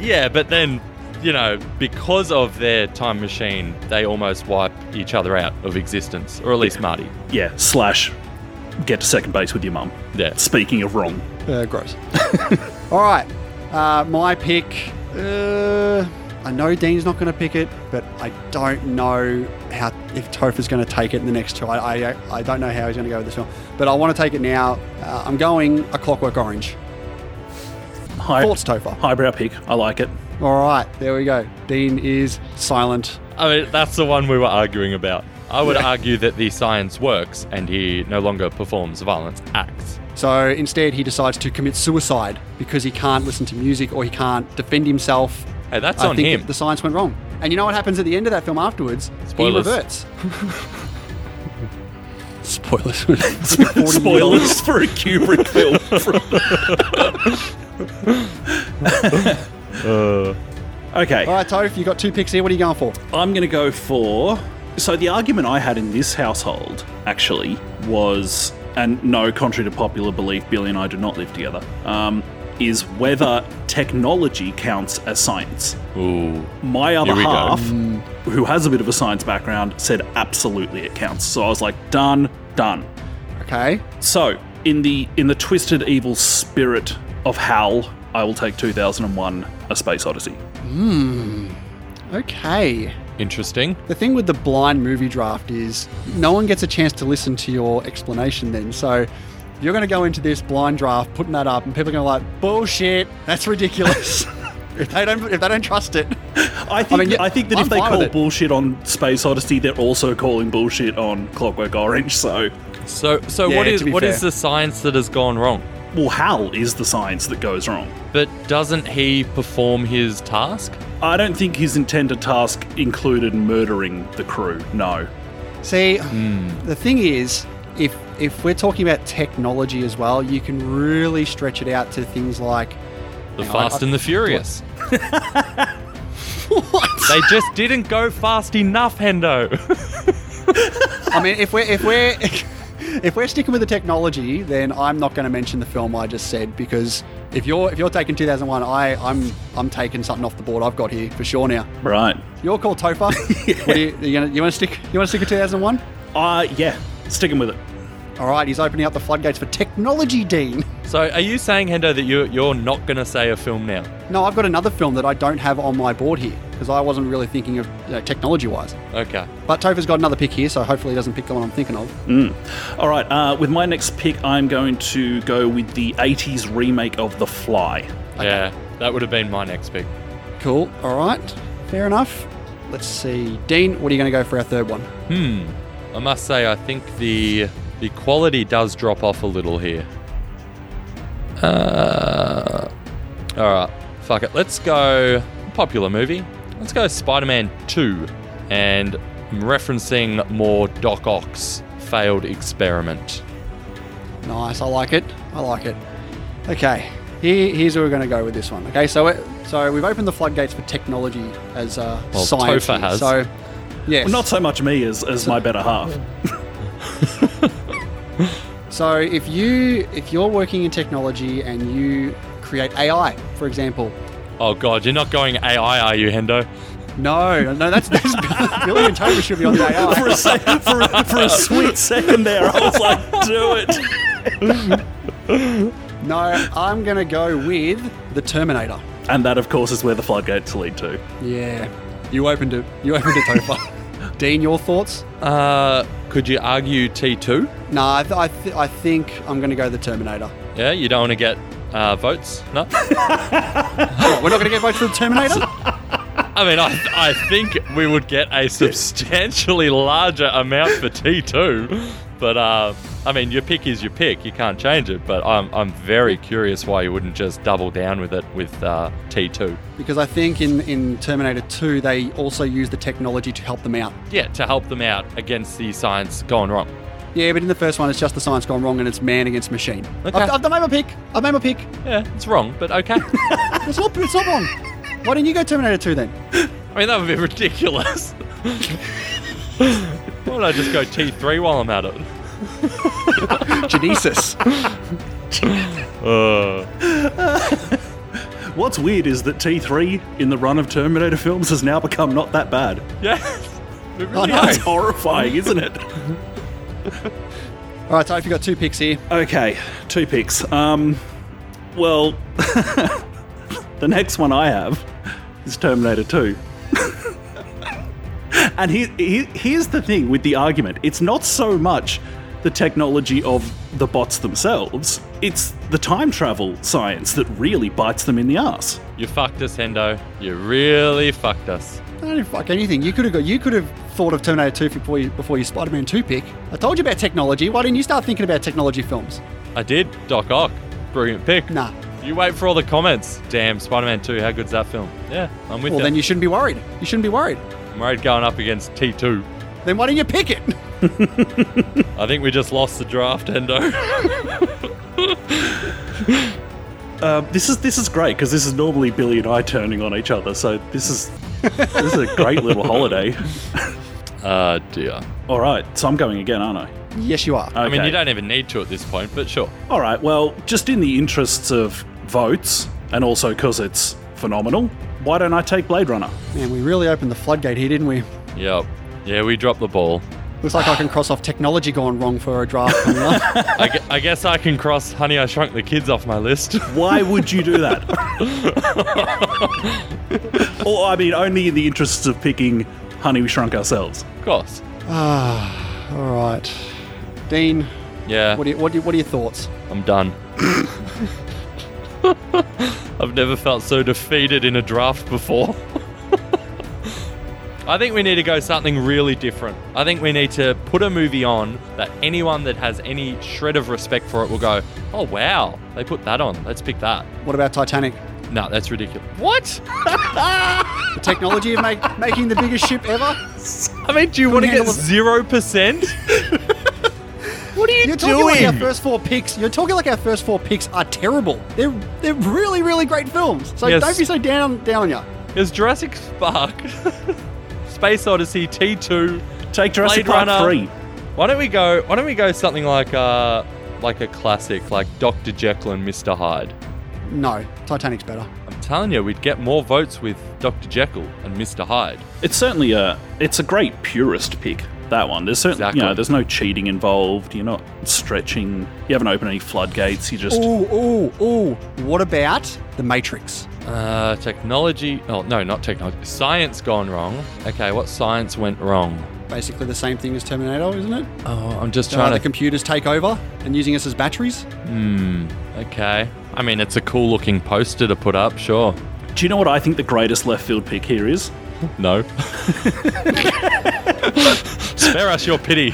S1: Yeah, but then, you know, because of their time machine, they almost wipe each other out of existence, or at least Marty.
S4: yeah. Slash. Get to second base with your mum.
S1: Yeah.
S4: Speaking of wrong,
S2: Uh, gross. All right, uh, my pick. Uh, I know Dean's not going to pick it, but I don't know how if Topher's going to take it in the next two. I, I I don't know how he's going to go with this film, but I want to take it now. Uh, I'm going A Clockwork Orange.
S4: High,
S2: Thoughts, Topher.
S4: highbrow pick. I like it.
S2: All right, there we go. Dean is silent.
S1: I mean, that's the one we were arguing about. I would argue that the science works and he no longer performs violence acts.
S2: So instead, he decides to commit suicide because he can't listen to music or he can't defend himself.
S1: Hey, that's
S2: I
S1: on
S2: think
S1: him.
S2: The science went wrong. And you know what happens at the end of that film afterwards?
S1: Spoilers.
S2: He reverts. Spoilers. $40 million.
S4: Spoilers for a Kubrick film.
S2: Uh.
S4: okay.
S2: All right, Toph, you got two picks here. What are you going for?
S4: I'm going to go for. So, the argument I had in this household actually was, and no, contrary to popular belief, Billy and I do not live together, um, is whether technology counts as science.
S1: Ooh.
S4: My other
S1: Here we go. Mm.
S4: half, who has a bit of a science background, said absolutely it counts. So, I was like, done, done.
S2: Okay.
S4: So, in the in the twisted evil spirit of Howl, I will take 2001: A Space Odyssey.
S2: Okay.
S1: Interesting.
S2: The thing with the blind movie draft is no one gets a chance to listen to your explanation then. So you're going to go into this blind draft, putting that up, and people are going to be like, bullshit, that's ridiculous. if, they don't, if they don't trust it.
S4: I think
S2: I mean, yeah,
S4: I think that
S2: I'm
S4: if they
S2: fine with
S4: call
S2: it.
S4: bullshit on Space Odyssey, they're also calling bullshit on Clockwork Orange. So,
S1: So, so
S2: Yeah,
S1: what is
S2: to be
S1: what
S2: fair.
S1: is the science that has gone wrong?
S4: well, Hal is the science that goes wrong.
S1: But doesn't he perform his task?
S4: I don't think his intended task included murdering the crew. No,
S2: See, the thing is, if if we're talking about technology as well, you can really stretch it out to things like
S1: The
S2: No, I-
S1: Fast
S2: I-
S1: and the Furious. They just didn't go fast enough, Hendo.
S2: I mean, if we're if we're if we're sticking with the technology, then I'm not going to mention the film I just said because if you're if you're taking 2001, I I'm I'm taking something off the board I've got here for sure now.
S4: right?
S2: Your call, Topher. What do you, you gonna you want to stick you want to stick with 2001?
S4: Uh yeah, sticking with it.
S2: All right, he's opening up the floodgates for technology, Dean.
S1: so, are you saying, Hendo, that you you're not gonna say a film now?
S2: No, I've got another film that I don't have on my board here because I wasn't really thinking of you know, technology wise.
S1: Okay.
S2: But Topher's got another pick here, so hopefully he doesn't pick the one I'm thinking of.
S4: All right. Uh, with my next pick, I'm going to go with the '80s remake of The Fly.
S1: Yeah, that would have been my next pick.
S2: Cool. All right. Fair enough. Let's see. Dean, what are you going to go for our third one?
S1: I must say, I think the the quality does drop off a little here. Uh, all right, fuck it. Let's go popular movie. Let's go Spider-Man Two, and I'm referencing more Doc Ock's failed experiment.
S2: Nice. I like it. I like it. Okay. Here, here's where we're going to go with this one. Okay. So, it, so we've opened the floodgates for technology as uh,
S1: Well,
S2: science.
S1: Topher
S2: here.
S1: has.
S2: So, yes.
S4: Not so much me as, as my better half.
S2: So if you if you're working in technology and you create AI, for example,
S1: Oh god, you're not going AI, are you, Hendo?
S2: no, no, that's, that's Billy and Toby should be on the
S4: for,
S2: AI.
S4: a sec- for, a, for a sweet second there, I was like, do it.
S2: No, I'm gonna go with the Terminator.
S4: And that, of course, is where the floodgates lead to.
S2: Yeah, you opened it. You opened it, Topher. Dean, your thoughts?
S1: Uh, could you argue T two?
S2: Nah, I, th- I, th- I think I'm gonna go the Terminator.
S1: Yeah, you don't want to get uh, votes. No,
S2: What, we're not gonna get votes for the Terminator.
S1: I mean, I I think we would get a substantially larger amount for T two, but uh, I mean, your pick is your pick. You can't change it. But I'm I'm very curious why you wouldn't just double down with it with uh, T two.
S2: Because I think in, in Terminator 2, they also use the technology to help them out.
S1: Yeah, to help them out against the science going wrong.
S2: Yeah, but in the first one, it's just the science gone wrong and it's man against machine. I've, I've made my pick. I've made my pick.
S1: Yeah, it's wrong, but okay.
S2: It's not, it's not wrong. Why didn't you go Terminator 2 then?
S1: I mean, that would be ridiculous. Why don't I just go T three while I'm at it?
S2: Genesis.
S1: Uh,
S4: What's weird is that T3 in the run of Terminator films has now become not that bad.
S1: yes. It really
S2: Oh, no.
S1: is.
S4: That's horrifying, isn't it?
S2: All right, so if you've got two picks here,
S4: Okay, two picks. Um, well, the next one I have is Terminator 2. and he, he, here's the thing with the argument it's not so much the technology of the bots themselves, it's the time travel science that really bites them in the ass.
S1: You fucked us, Hendo. You really fucked us.
S2: I don't fuck anything. You could have got, you could have thought of Terminator 2 before you, before your Spider-Man 2 pick. I told you about technology. Why didn't you start thinking about technology films?
S1: I did. Doc Ock. Brilliant pick.
S2: Nah.
S1: You wait for all the comments. Damn, Spider Man 2, how good's that film? Yeah, I'm with
S2: Well,
S1: you.
S2: then you shouldn't be worried. You shouldn't be worried.
S1: I'm worried going up against T2.
S2: Then why didn't you pick it?
S1: I think we just lost the draft, Endo.
S4: Uh, this is this is great because this is normally Billy and I turning on each other. So this is this is a great little holiday.
S1: Ah, dear.
S4: All right, so I'm going again, aren't I?
S2: yes, you are.
S1: I mean,
S4: Okay.
S1: you don't even need to at this point, but sure.
S4: All right, well, just in the interests of votes and also because it's phenomenal, why don't I take Blade Runner?
S2: Man, we really opened the floodgate here, didn't we?
S1: Yep. Yeah, we dropped the ball.
S2: Looks like I can cross off technology gone wrong for a draft coming up.
S1: I, gu- I guess I can cross Honey, I Shrunk the Kids off my list.
S4: Why would you do that? or, I mean, only in the interests of picking Honey We Shrunk Ourselves.
S1: of course.
S2: All right. Dean,
S1: Yeah,
S2: what are, you, what, are you, what are your thoughts?
S1: I'm done. I've never felt so defeated in a draft before. I think we need to go something really different. I think we need to put a movie on that anyone that has any shred of respect for it will go, oh wow, they put that on. Let's pick that.
S2: What about Titanic?
S1: No, that's ridiculous. What?
S2: The technology of make, making the biggest ship ever?
S1: I mean, do you want to get
S2: handle it.
S1: zero percent? What are you
S2: You're talking like our first four picks. You're talking like our first four picks are terrible. They're they're really really great films. So
S1: Yes.
S2: don't be so down down ya.
S1: It's Jurassic Park, Space Odyssey, T2,
S4: Take Jurassic
S1: Blade
S4: Park
S1: Runner.
S4: 3.
S1: Why don't we go? Why don't we go something like uh like a classic, like Doctor Jekyll and Mister Hyde?
S2: No, Titanic's better.
S1: I'm telling you, we'd get more votes with Doctor Jekyll and Mister Hyde.
S4: It's certainly a, it's a great purist pick, that one. There's certainly,
S1: Exactly.
S4: you know, there's no cheating involved. You're not stretching. You haven't opened any floodgates. You just,
S1: Oh.
S2: Ooh ooh ooh. What about The Matrix?
S1: Uh, technology. Oh no, not technology. Science gone wrong. Okay, what science went wrong?
S2: Basically the same thing as Terminator, isn't it?
S1: Oh, I'm just
S2: Uh,
S1: trying
S2: the
S1: to.
S2: computers take over and using us as batteries.
S1: okay. I mean, it's a cool looking poster to put up, sure.
S4: do you know what I think the greatest left field pick here is?
S1: No. Spare us your pity.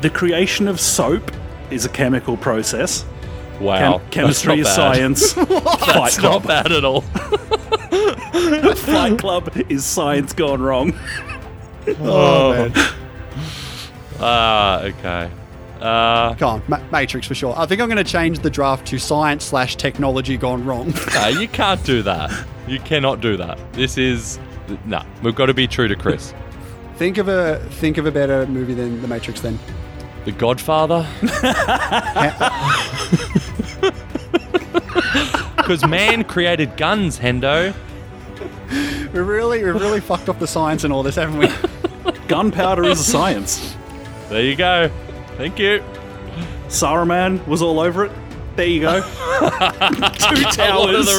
S4: The creation of soap is a chemical process.
S1: Wow.
S4: Chem- chemistry is
S1: that's not bad.
S4: science. Fight
S1: That's not
S4: Club.
S1: bad at all.
S4: Fight Club is science gone wrong.
S2: Oh, man.
S1: Ah, okay. Uh,
S2: Go on, Ma- Matrix for sure. I think I'm going to change the draft to science slash technology gone wrong.
S1: no, you can't do that. You cannot do that. This is. Nah, we've got to be true to Chris.
S2: think of a think of a better movie than The Matrix. Then
S1: The Godfather? Because man created guns, Hendo.
S2: we really we really fucked up the science and all this, haven't we?
S4: Gunpowder is a science.
S1: There you go. Thank you.
S4: Saruman was all over it. There you go. Two
S1: Lord of
S4: towers
S1: the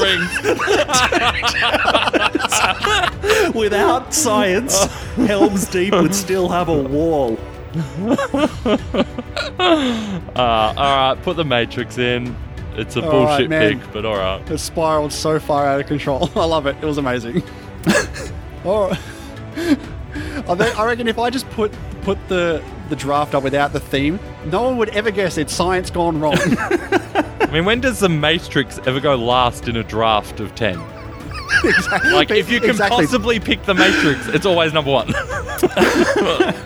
S1: Rings.
S4: without science, Helm's Deep would still have a wall.
S1: Uh, all right, put the Matrix in. It's a
S2: All right,
S1: bullshit
S2: man.
S1: pick, but all right.
S2: It spiraled so far out of control. I love it. It was amazing. All right. I bet- I reckon if I just put put the the draft up without the theme, no one would ever guess it's science gone wrong.
S1: I mean, when does the Matrix ever go last in a draft of 10? Like, if you can
S2: Exactly.
S1: possibly pick the Matrix, it's always number one.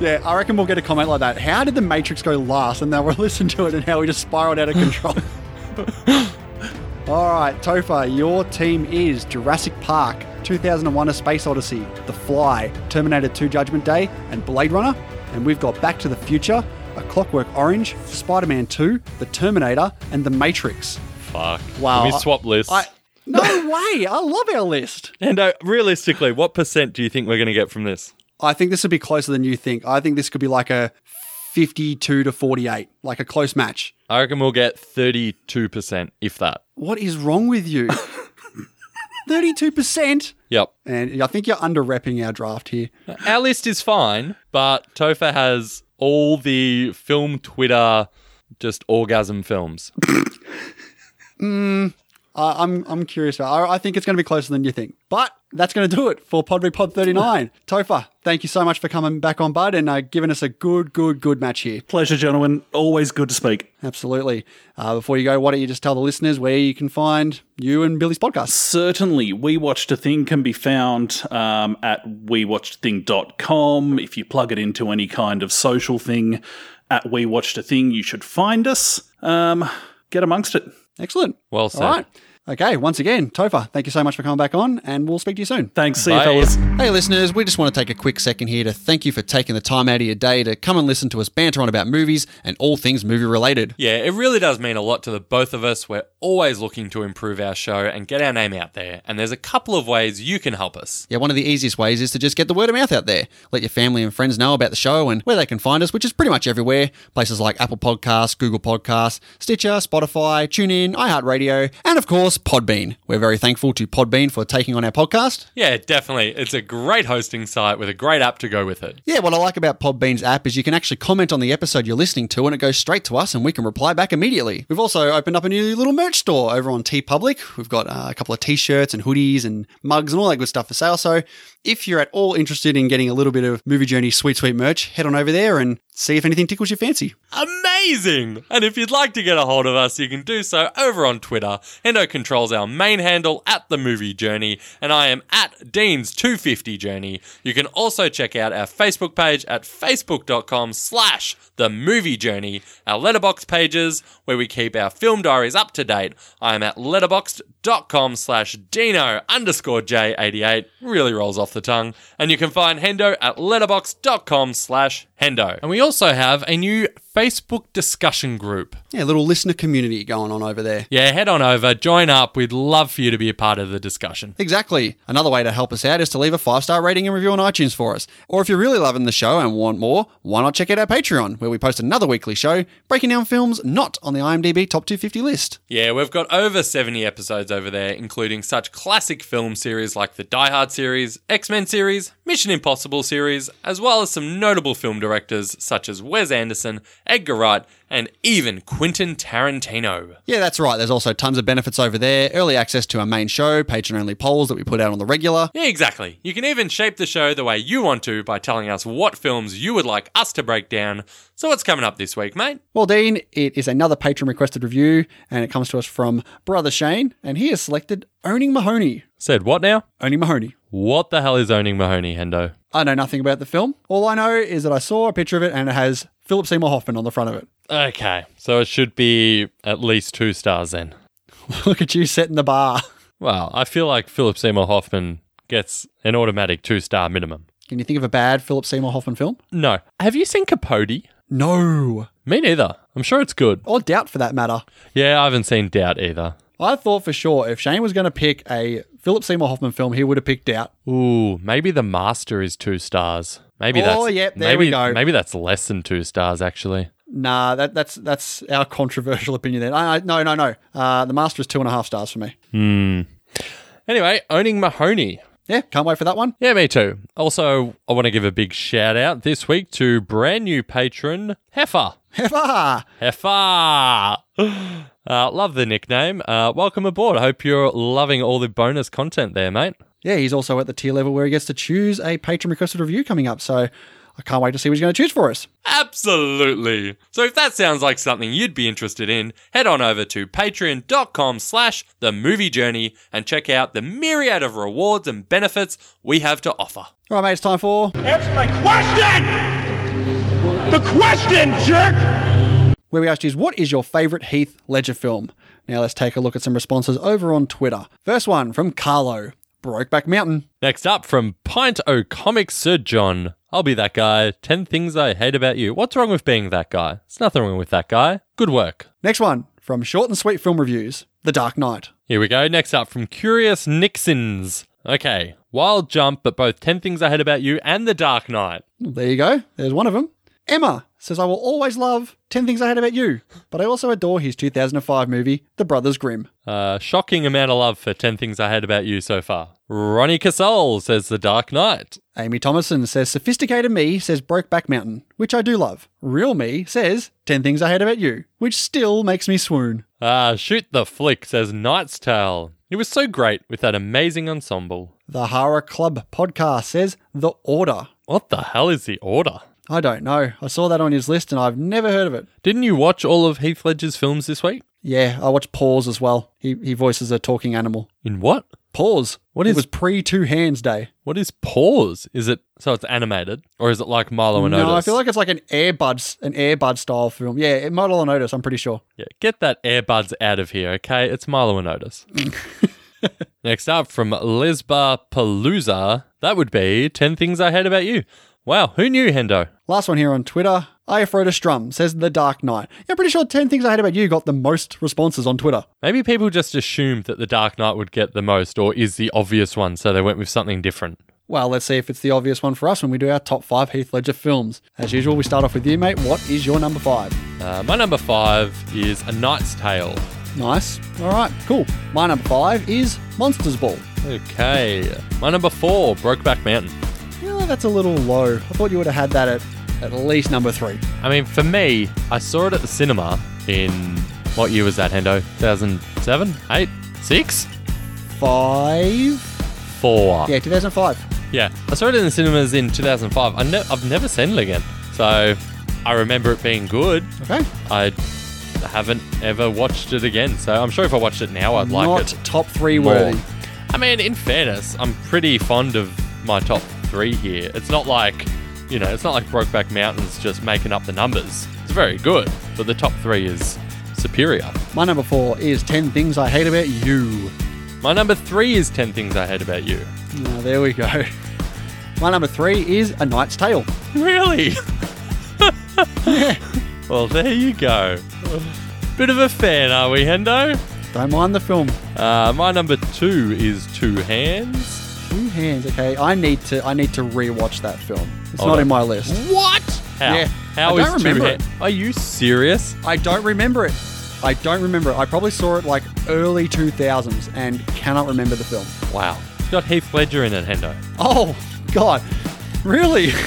S2: Yeah, I reckon we'll get a comment like that. How did the Matrix go last? And then we'll listen to it and how we just spiraled out of control. All right, Tofa, your team is Jurassic Park, 2001 A Space Odyssey, The Fly, Terminator 2 Judgment Day, and Blade Runner. And we've got Back to the Future, A Clockwork Orange, Spider Man 2, The Terminator, and The Matrix.
S1: Fuck.
S2: Wow.
S1: Can we swap lists?
S2: I, no way! I love our list.
S1: And uh, realistically, what percent do you think we're going to get from this?
S2: I think this would be closer than you think. I think this could be like a 52 to 48, like a close match.
S1: I reckon we'll get 32%, if that.
S2: What is wrong with you? 32%.
S1: Yep.
S2: And I think you're underrepping our draft here.
S1: Our list is fine, but Tofa has all the film Twitter just orgasm films.
S2: I I'm, I'm curious. About, I, I think it's going to be closer than you think. But that's going to do it for Podby Pod 39. Tofa, thank you so much for coming back on, bud, and uh, giving us a good, good, good match here.
S4: Pleasure, gentlemen. Always good to speak.
S2: Absolutely. Uh, before you go, why don't you just tell the listeners where you can find you and Billy's podcast?
S4: Certainly, We Watched a Thing can be found um, at wewatchedathing.com. If you plug it into any kind of social thing at We Watched a Thing, you should find us. Um, get amongst it.
S2: Excellent.
S1: Well said.
S2: All right. Okay, once again, Tofa, thank you so much for coming back on, and we'll speak to you soon.
S4: Thanks. See
S1: Bye.
S4: you, fellas.
S2: Hey, listeners, we just want to take a quick second here to thank you for taking the time out of your day to come and listen to us banter on about movies and all things movie related.
S1: Yeah, it really does mean a lot to the both of us. We're always looking to improve our show and get our name out there, and there's a couple of ways you can help us.
S6: Yeah, one of the easiest ways is to just get the word of mouth out there. Let your family and friends know about the show and where they can find us, which is pretty much everywhere. Places like Apple Podcasts, Google Podcasts, Stitcher, Spotify, TuneIn, iHeartRadio, and of course, Podbean. We're very thankful to Podbean for taking on our podcast.
S1: Yeah, definitely. It's a great hosting site with a great app to go with it.
S6: Yeah, what I like about Podbean's app is you can actually comment on the episode you're listening to and it goes straight to us and we can reply back immediately. We've also opened up a new little merch store over on TeePublic. We've got uh, a couple of t-shirts and hoodies and mugs and all that good stuff for sale. So if you're at all interested in getting a little bit of Movie Journey sweet, sweet merch, head on over there and see if anything tickles your fancy.
S1: Amazing! And if you'd like to get a hold of us, you can do so over on Twitter. Hendo controls our main handle at the movie journey, and I am at Dean's250 Journey. You can also check out our Facebook page at facebook.com slash the movie journey, our letterbox pages where we keep our film diaries up to date. I am at letterboxd.com slash Dino underscore J88. Really rolls off the tongue. And you can find Hendo at letterboxd.com slash Hendo. And we also have a new Facebook discussion group.
S6: Yeah, a little listener community going on over there.
S1: Yeah, head on over, join up. We'd love for you to be a part of the discussion.
S6: Exactly. Another way to help us out is to leave a five star rating and review on iTunes for us. Or if you're really loving the show and want more, why not check out our Patreon, where we post another weekly show breaking down films not on the IMDb Top 250 list.
S1: Yeah, we've got over 70 episodes over there, including such classic film series like the Die Hard series, X Men series, Mission Impossible series, as well as some notable film directors such as Wes Anderson, Edgar Wright, and even Quentin Tarantino.
S6: Yeah, that's right. There's also tons of benefits over there early access to our main show, patron only polls that we put out on the regular.
S1: Yeah, exactly. You can even shape the show the way you want to by telling us what films you would like us to break down. So, what's coming up this week, mate?
S2: Well, Dean, it is another patron requested review, and it comes to us from Brother Shane, and he has selected Owning Mahoney.
S1: Said what now?
S2: Owning Mahoney.
S1: What the hell is owning Mahoney, Hendo?
S2: I know nothing about the film. All I know is that I saw a picture of it, and it has Philip Seymour Hoffman on the front of it.
S1: Okay, so it should be at least two stars then.
S2: Look at you setting the bar.
S1: Well, I feel like Philip Seymour Hoffman gets an automatic two star minimum.
S2: Can you think of a bad Philip Seymour Hoffman film?
S1: No. Have you seen Capote?
S2: No.
S1: Me neither. I'm sure it's good.
S2: Or Doubt for that matter.
S1: Yeah, I haven't seen Doubt either.
S2: I thought for sure if Shane was going to pick a Philip Seymour Hoffman film, he would have picked Doubt.
S1: Ooh, maybe The Master is two stars. Maybe
S2: Oh,
S1: that's
S2: yep, there
S1: maybe,
S2: we go.
S1: Maybe that's less than two stars actually.
S2: Nah, that, that's that's our controversial opinion. Then I, I, no, no, no. Uh, the Master is two and a half stars for me.
S1: Anyway, owning Mahoney.
S2: Yeah, can't wait for that one.
S1: Yeah, me too. Also, I want to give a big shout out this week to brand new patron Heifer.
S2: Heffa!
S1: Heifer. Uh, love the nickname. Uh, welcome aboard. I hope you're loving all the bonus content there, mate.
S2: Yeah, he's also at the tier level where he gets to choose a patron requested review coming up. So I can't wait to see what he's going to choose for us.
S1: Absolutely. So if that sounds like something you'd be interested in, head on over to patreon.com slash the movie journey and check out the myriad of rewards and benefits we have to offer.
S2: All right, mate, it's time for
S7: Answer my question! The question, jerk!
S2: where we asked you, what is your favorite Heath Ledger film? Now let's take a look at some responses over on Twitter. First one from Carlo Brokeback Mountain.
S1: Next up from Pint O Comics Sir John. I'll be that guy. 10 things I hate about you. What's wrong with being that guy? There's nothing wrong with that guy. Good work.
S2: Next one from Short and Sweet Film Reviews The Dark Knight.
S1: Here we go. Next up from Curious Nixons. Okay. Wild jump, but both 10 things I hate about you and The Dark Knight.
S2: There you go. There's one of them. Emma says, I will always love 10 Things I Hate About You, but I also adore his 2005 movie, The Brothers Grimm.
S1: Uh, shocking amount of love for 10 Things I Hate About You so far. Ronnie Casol says The Dark Knight.
S2: Amy Thomason says, Sophisticated Me says Brokeback Mountain, which I do love. Real Me says 10 Things I Hate About You, which still makes me swoon.
S1: Uh, Shoot the Flick says Knight's Tale. It was so great with that amazing ensemble.
S2: The Horror Club podcast says The Order.
S1: What the hell is The Order?
S2: I don't know. I saw that on his list and I've never heard of it.
S1: Didn't you watch all of Heath Ledger's films this week?
S2: Yeah, I watched Paws as well. He, he voices a talking animal.
S1: In what?
S2: Paws.
S1: What
S2: It
S1: is-
S2: was pre Two Hands Day.
S1: What is Pause? Is it so it's animated or is it like Milo and Otis?
S2: No, I feel like it's like an Airbud, an Airbud style film. Yeah, it model on Otis. I'm pretty sure.
S1: Yeah, get that earbuds out of here, okay? It's Milo and Otis. Next up from Lesba Palooza, that would be 10 Things I Hate About You. Wow, who knew, Hendo?
S2: Last one here on Twitter. Iafroda Strum says The Dark Knight. Yeah, I'm pretty sure 10 Things I Hate About You got the most responses on Twitter.
S1: Maybe people just assumed that The Dark Knight would get the most or is the obvious one, so they went with something different.
S2: Well, let's see if it's the obvious one for us when we do our top five Heath Ledger films. As usual, we start off with you, mate. What is your number five?
S1: Uh, my number five is A Knight's Tale.
S2: Nice. All right, cool. My number five is Monsters Ball.
S1: Okay. My number four, Brokeback Mountain.
S2: Yeah, that's a little low. I thought you would have had that at at least number three.
S1: I mean, for me, I saw it at the cinema in what year was that, Hendo? 2007? 8? 6?
S2: Five?
S1: 4.
S2: Yeah, 2005.
S1: Yeah, I saw it in the cinemas in 2005. I ne- I've never seen it again, so I remember it being good.
S2: Okay.
S1: I haven't ever watched it again, so I'm sure if I watched it now, I'd like
S2: Not
S1: it
S2: top three
S1: more.
S2: worthy.
S1: I mean, in fairness, I'm pretty fond of my top three here. It's not like, you know, it's not like Brokeback Mountain's just making up the numbers. It's very good, but the top three is superior.
S2: My number four is 10 Things I Hate About You.
S1: My number three is 10 Things I Hate About You.
S2: Now, there we go. My number three is A Knight's Tale.
S1: Really? well, there you go. Bit of a fan, are we, Hendo?
S2: Don't mind the film.
S1: Uh, my number two is Two Hands.
S2: Two hands. Okay, I need to. I need to rewatch that film. It's
S1: Hold
S2: not
S1: on.
S2: in my list.
S1: What? How?
S2: Yeah,
S1: How
S2: I
S1: is
S2: don't
S1: Two
S2: remember
S1: Hands? Are you serious?
S2: I don't remember it. I don't remember it. I probably saw it like early 2000s and cannot remember the film.
S1: Wow. It's got Heath Ledger in it, Hendo.
S2: Oh God, really?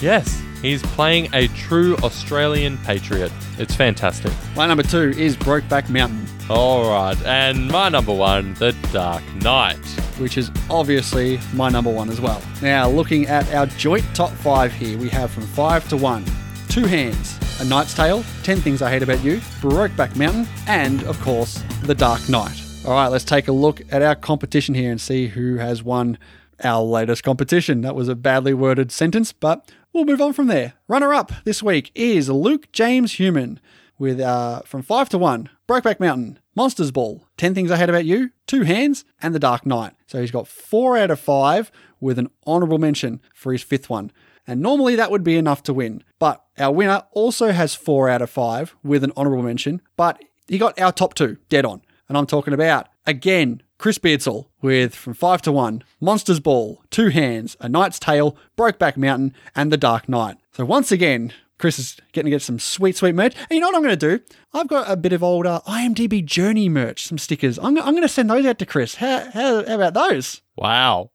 S1: Yes. He's playing a true Australian patriot. It's fantastic.
S2: My number two is Brokeback Mountain,
S1: All right, and my number one, The Dark Knight.
S2: which is obviously my number one as well. Now, looking at our joint top five here, we have from five to one Two Hands, A Knight's Tale, 10 Things I Hate About You, Brokeback Mountain, and, of course, The Dark Knight. All right, let's take a look at our competition here and see who has won our latest competition. That was a badly worded sentence, but we'll move on from there. Runner up this week is Luke James Human with uh, from five to one Brokeback Mountain, Monsters Ball, 10 Things I Hate About You, Two Hands, and The Dark Knight. So he's got four out of five with an honorable mention for his fifth one. And normally that would be enough to win. But our winner also has four out of five with an honorable mention, but he got our top two dead on. And I'm talking about, again, Chris Beardsall with From 5 to 1, Monsters Ball, Two Hands, A Knight's Tale, Brokeback Mountain, and The Dark Knight. So once again, Chris is getting to get some sweet, sweet merch. And you know what I'm going to do? I've got a bit of old uh, IMDb Journey merch, some stickers. I'm, I'm going to send those out to Chris. How, how, how about those?
S1: Wow.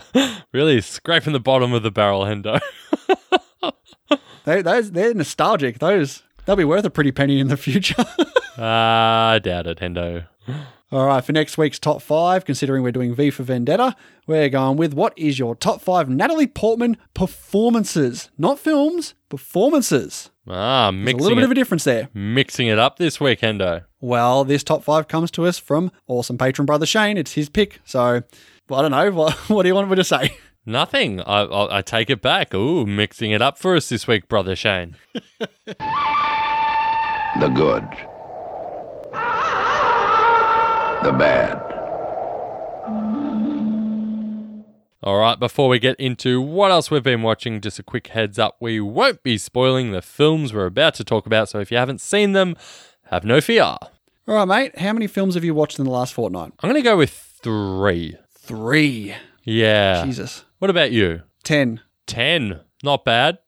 S1: really scraping the bottom of the barrel, Hendo.
S2: They, those they're nostalgic. Those they'll be worth a pretty penny in the future.
S1: Ah, I doubt it, Hendo.
S2: All right, for next week's top five, considering we're doing V for Vendetta, we're going with what is your top five Natalie Portman performances? Not films, performances.
S1: Ah,
S2: There's
S1: mixing,
S2: a little bit
S1: it, Hmm.
S2: of a difference there.
S1: mixing it up this week, Hendo.
S2: Well, this top five comes to us from awesome patron brother Shane. It's his pick. So, well, I don't know. What, what do you want me to say?
S1: Nothing. I, I, I take it back. Ooh, mixing it up for us this week, brother Shane.
S8: the good, the bad.
S1: All right, before we get into what else we've been watching, just a quick heads up we won't be spoiling the films we're about to talk about, so if you haven't seen them, have no fear.
S2: All right, mate. How many films have you watched in the last fortnight?
S1: I'm going to go with three.
S2: Three.
S1: Yeah.
S2: Jesus.
S1: What about you?
S2: Ten.
S1: 10. Not bad.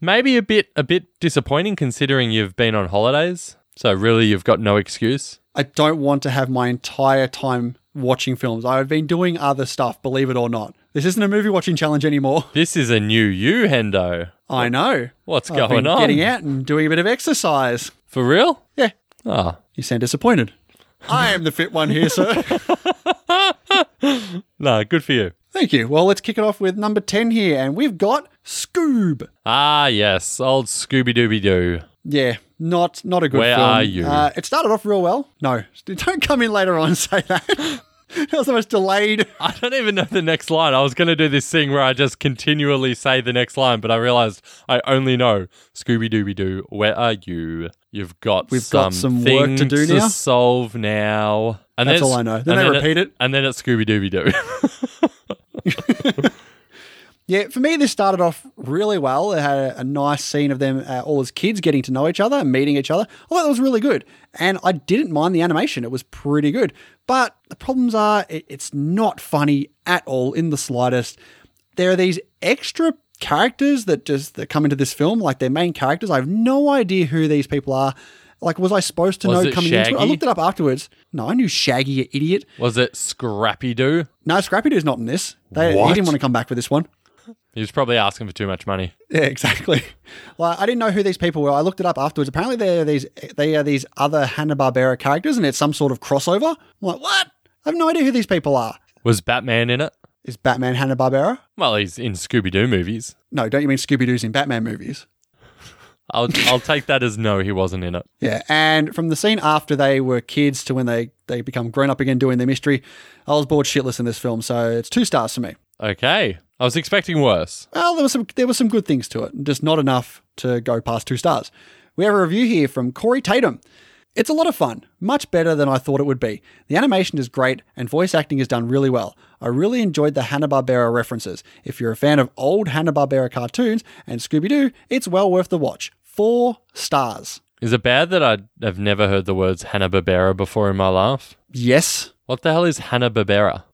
S1: Maybe a bit a bit disappointing considering you've been on holidays. So really you've got no excuse.
S2: I don't want to have my entire time watching films. I've been doing other stuff, believe it or not. This isn't a movie watching challenge anymore.
S1: This is a new you, Hendo.
S2: I know.
S1: What's
S2: I've
S1: going
S2: been
S1: on?
S2: Getting out and doing a bit of exercise.
S1: For real?
S2: Yeah.
S1: Ah.
S2: You sound disappointed. I am the fit one here, sir.
S1: No, good for you.
S2: Thank you. Well, let's kick it off with number 10 here, and we've got Scoob.
S1: Ah, yes. Old Scooby Dooby Doo.
S2: Yeah, not not a good
S1: Where
S2: film.
S1: are you?
S2: Uh, it started off real well. No, don't come in later on and say that. that was the most delayed.
S1: I don't even know the next line. I was going to do this thing where I just continually say the next line, but I realized I only know Scooby Dooby Doo, where are you? You've got
S2: We've got some work to
S1: something
S2: do now.
S1: solve now. And
S2: That's
S1: then it's-
S2: all I know. Then
S1: and
S2: they repeat it.
S1: And then it's Scooby Dooby Doo.
S2: Yeah, for me, this started off really well. It had a, a nice scene of them uh, all as kids getting to know each other, and meeting each other. I thought that was really good. And I didn't mind the animation, it was pretty good. But the problems are it, it's not funny at all in the slightest. There are these extra characters that just that come into this film, like their main characters. I have no idea who these people are. Like, was I supposed to
S1: Was
S2: know
S1: it
S2: coming into it? I
S1: Shaggy?
S2: looked it up afterwards. No, I knew Shaggy, you idiot.
S1: Was it Scrappy Doo?
S2: No, Scrappy Doo's not in this. They, he didn't want to come back for this one.
S1: He was probably asking for too much money.
S2: Yeah, exactly. Like I didn't know who these people were. I looked it up afterwards. Apparently, they are these they are these other Hanna Barbera characters, and it's some sort of crossover. I'm like, what? I have no idea who these people are.
S1: Was Batman in it?
S2: Is Batman Hanna Barbera?
S1: Well, he's in Scooby Doo movies.
S2: No, don't you mean Scooby Doo's in Batman movies?
S1: I'll, I'll take that as no, he wasn't in it.
S2: Yeah, and from the scene after they were kids to when they they become grown up again doing their mystery, I was bored shitless in this film. So it's two stars for me.
S1: Okay. I was expecting worse.
S2: Well, there was some there were some good things to it, just not enough to go past two stars. We have a review here from Corey Tatum. It's a lot of fun, much better than I thought it would be. The animation is great, and voice acting is done really well. I really enjoyed the Hanna Barbera references. If you're a fan of old Hanna Barbera cartoons and Scooby Doo, it's well worth the watch. Four stars.
S1: Is it bad that I have never heard the words Hanna Barbera before in my life?
S2: Yes,
S1: What the hell is Hanna Barbera?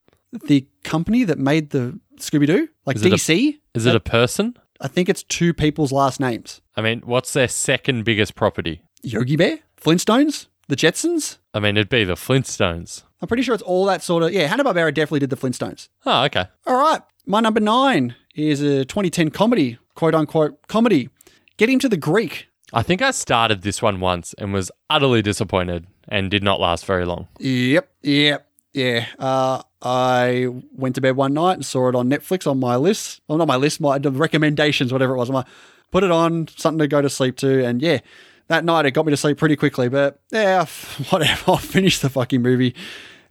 S2: the company that made the Scooby Doo, like
S1: Is it a-
S2: DC,
S1: Is it a person?
S2: I think it's two people's last names.
S1: I mean, what's their second biggest property?
S2: Yogi Bear, Flintstones, The Jetsons.
S1: I mean, it'd be the Flintstones.
S2: I'm pretty sure it's all that sort of. Yeah, Hanna Barbera definitely did the Flintstones.
S1: Oh, okay.
S2: All right, my number nine is a 2010 comedy quote unquote comedy. Get him to the Greek.
S1: I think I started this one once and was utterly disappointed and did not last very long.
S2: Yep, yep, yeah. Uh, I went to bed one night and saw it on Netflix on my list. Well, not my list, my the recommendations, whatever it was. I'm like, put it on, something to go to sleep to, and yeah, that night it got me to sleep pretty quickly. But yeah, whatever. I'll finish the fucking movie.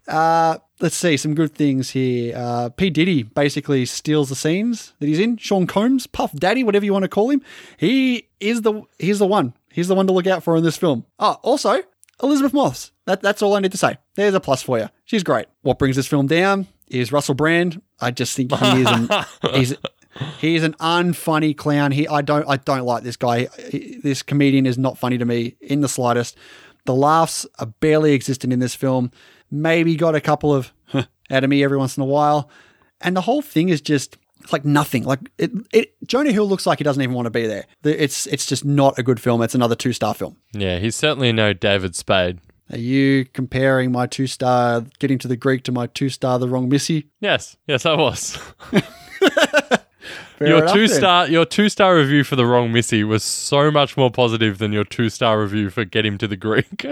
S2: Uh, let's see some good things here. Uh, P Diddy basically steals the scenes that he's in. Sean Combs, Puff Daddy, whatever you want to call him, he is the he's the one. He's the one to look out for in this film. Oh, also Elizabeth Moss. That, that's all I need to say. There's a plus for you. She's great. What brings this film down is Russell Brand. I just think he is an he's he is an unfunny clown. He I don't I don't like this guy. He- This comedian is not funny to me in the slightest. The laughs are barely existent in this film. Maybe got a couple of out of me every once in a while, and the whole thing is just it's like nothing. Like it, it Jonah Hill looks like he doesn't even want to be there. The- It's it's just not a good film. It's another two star film.
S1: Yeah, he's certainly no David Spade.
S2: Are you comparing my two star getting to the Greek to my two star the wrong missy?
S1: Yes, yes, I was.
S2: Fair
S1: your
S2: enough
S1: two
S2: then.
S1: star your two star review for the wrong missy was so much more positive than your two star review for Get Him to the Greek.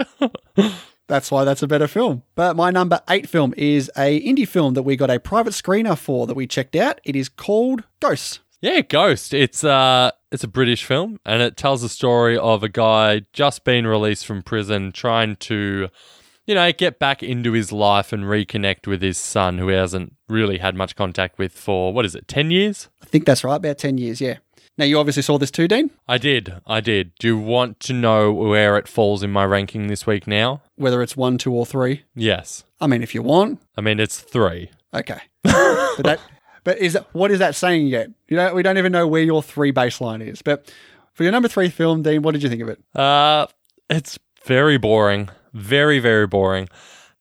S2: That's why that's a better film. But my number eight film is a indie film that we got a private screener for that we checked out. It is called Ghost.
S1: Yeah, Ghost. It's uh it's a British film and it tells the story of a guy just being released from prison trying to you know, get back into his life and reconnect with his son who he hasn't really had much contact with for what is it, 10 years?
S2: I think that's right, about ten years, yeah. Now you obviously saw this too, Dean.
S1: I did. I did. Do you want to know where it falls in my ranking this week now?
S2: Whether it's one, two, or three.
S1: Yes.
S2: I mean, if you want,
S1: I mean, it's 3.
S2: okay. but that, but is that, what is that saying yet? You know, we don't even know where your three baseline is. But for your number three film, Dean, what did you think of it?
S1: Uh, it's very boring. Very, very boring.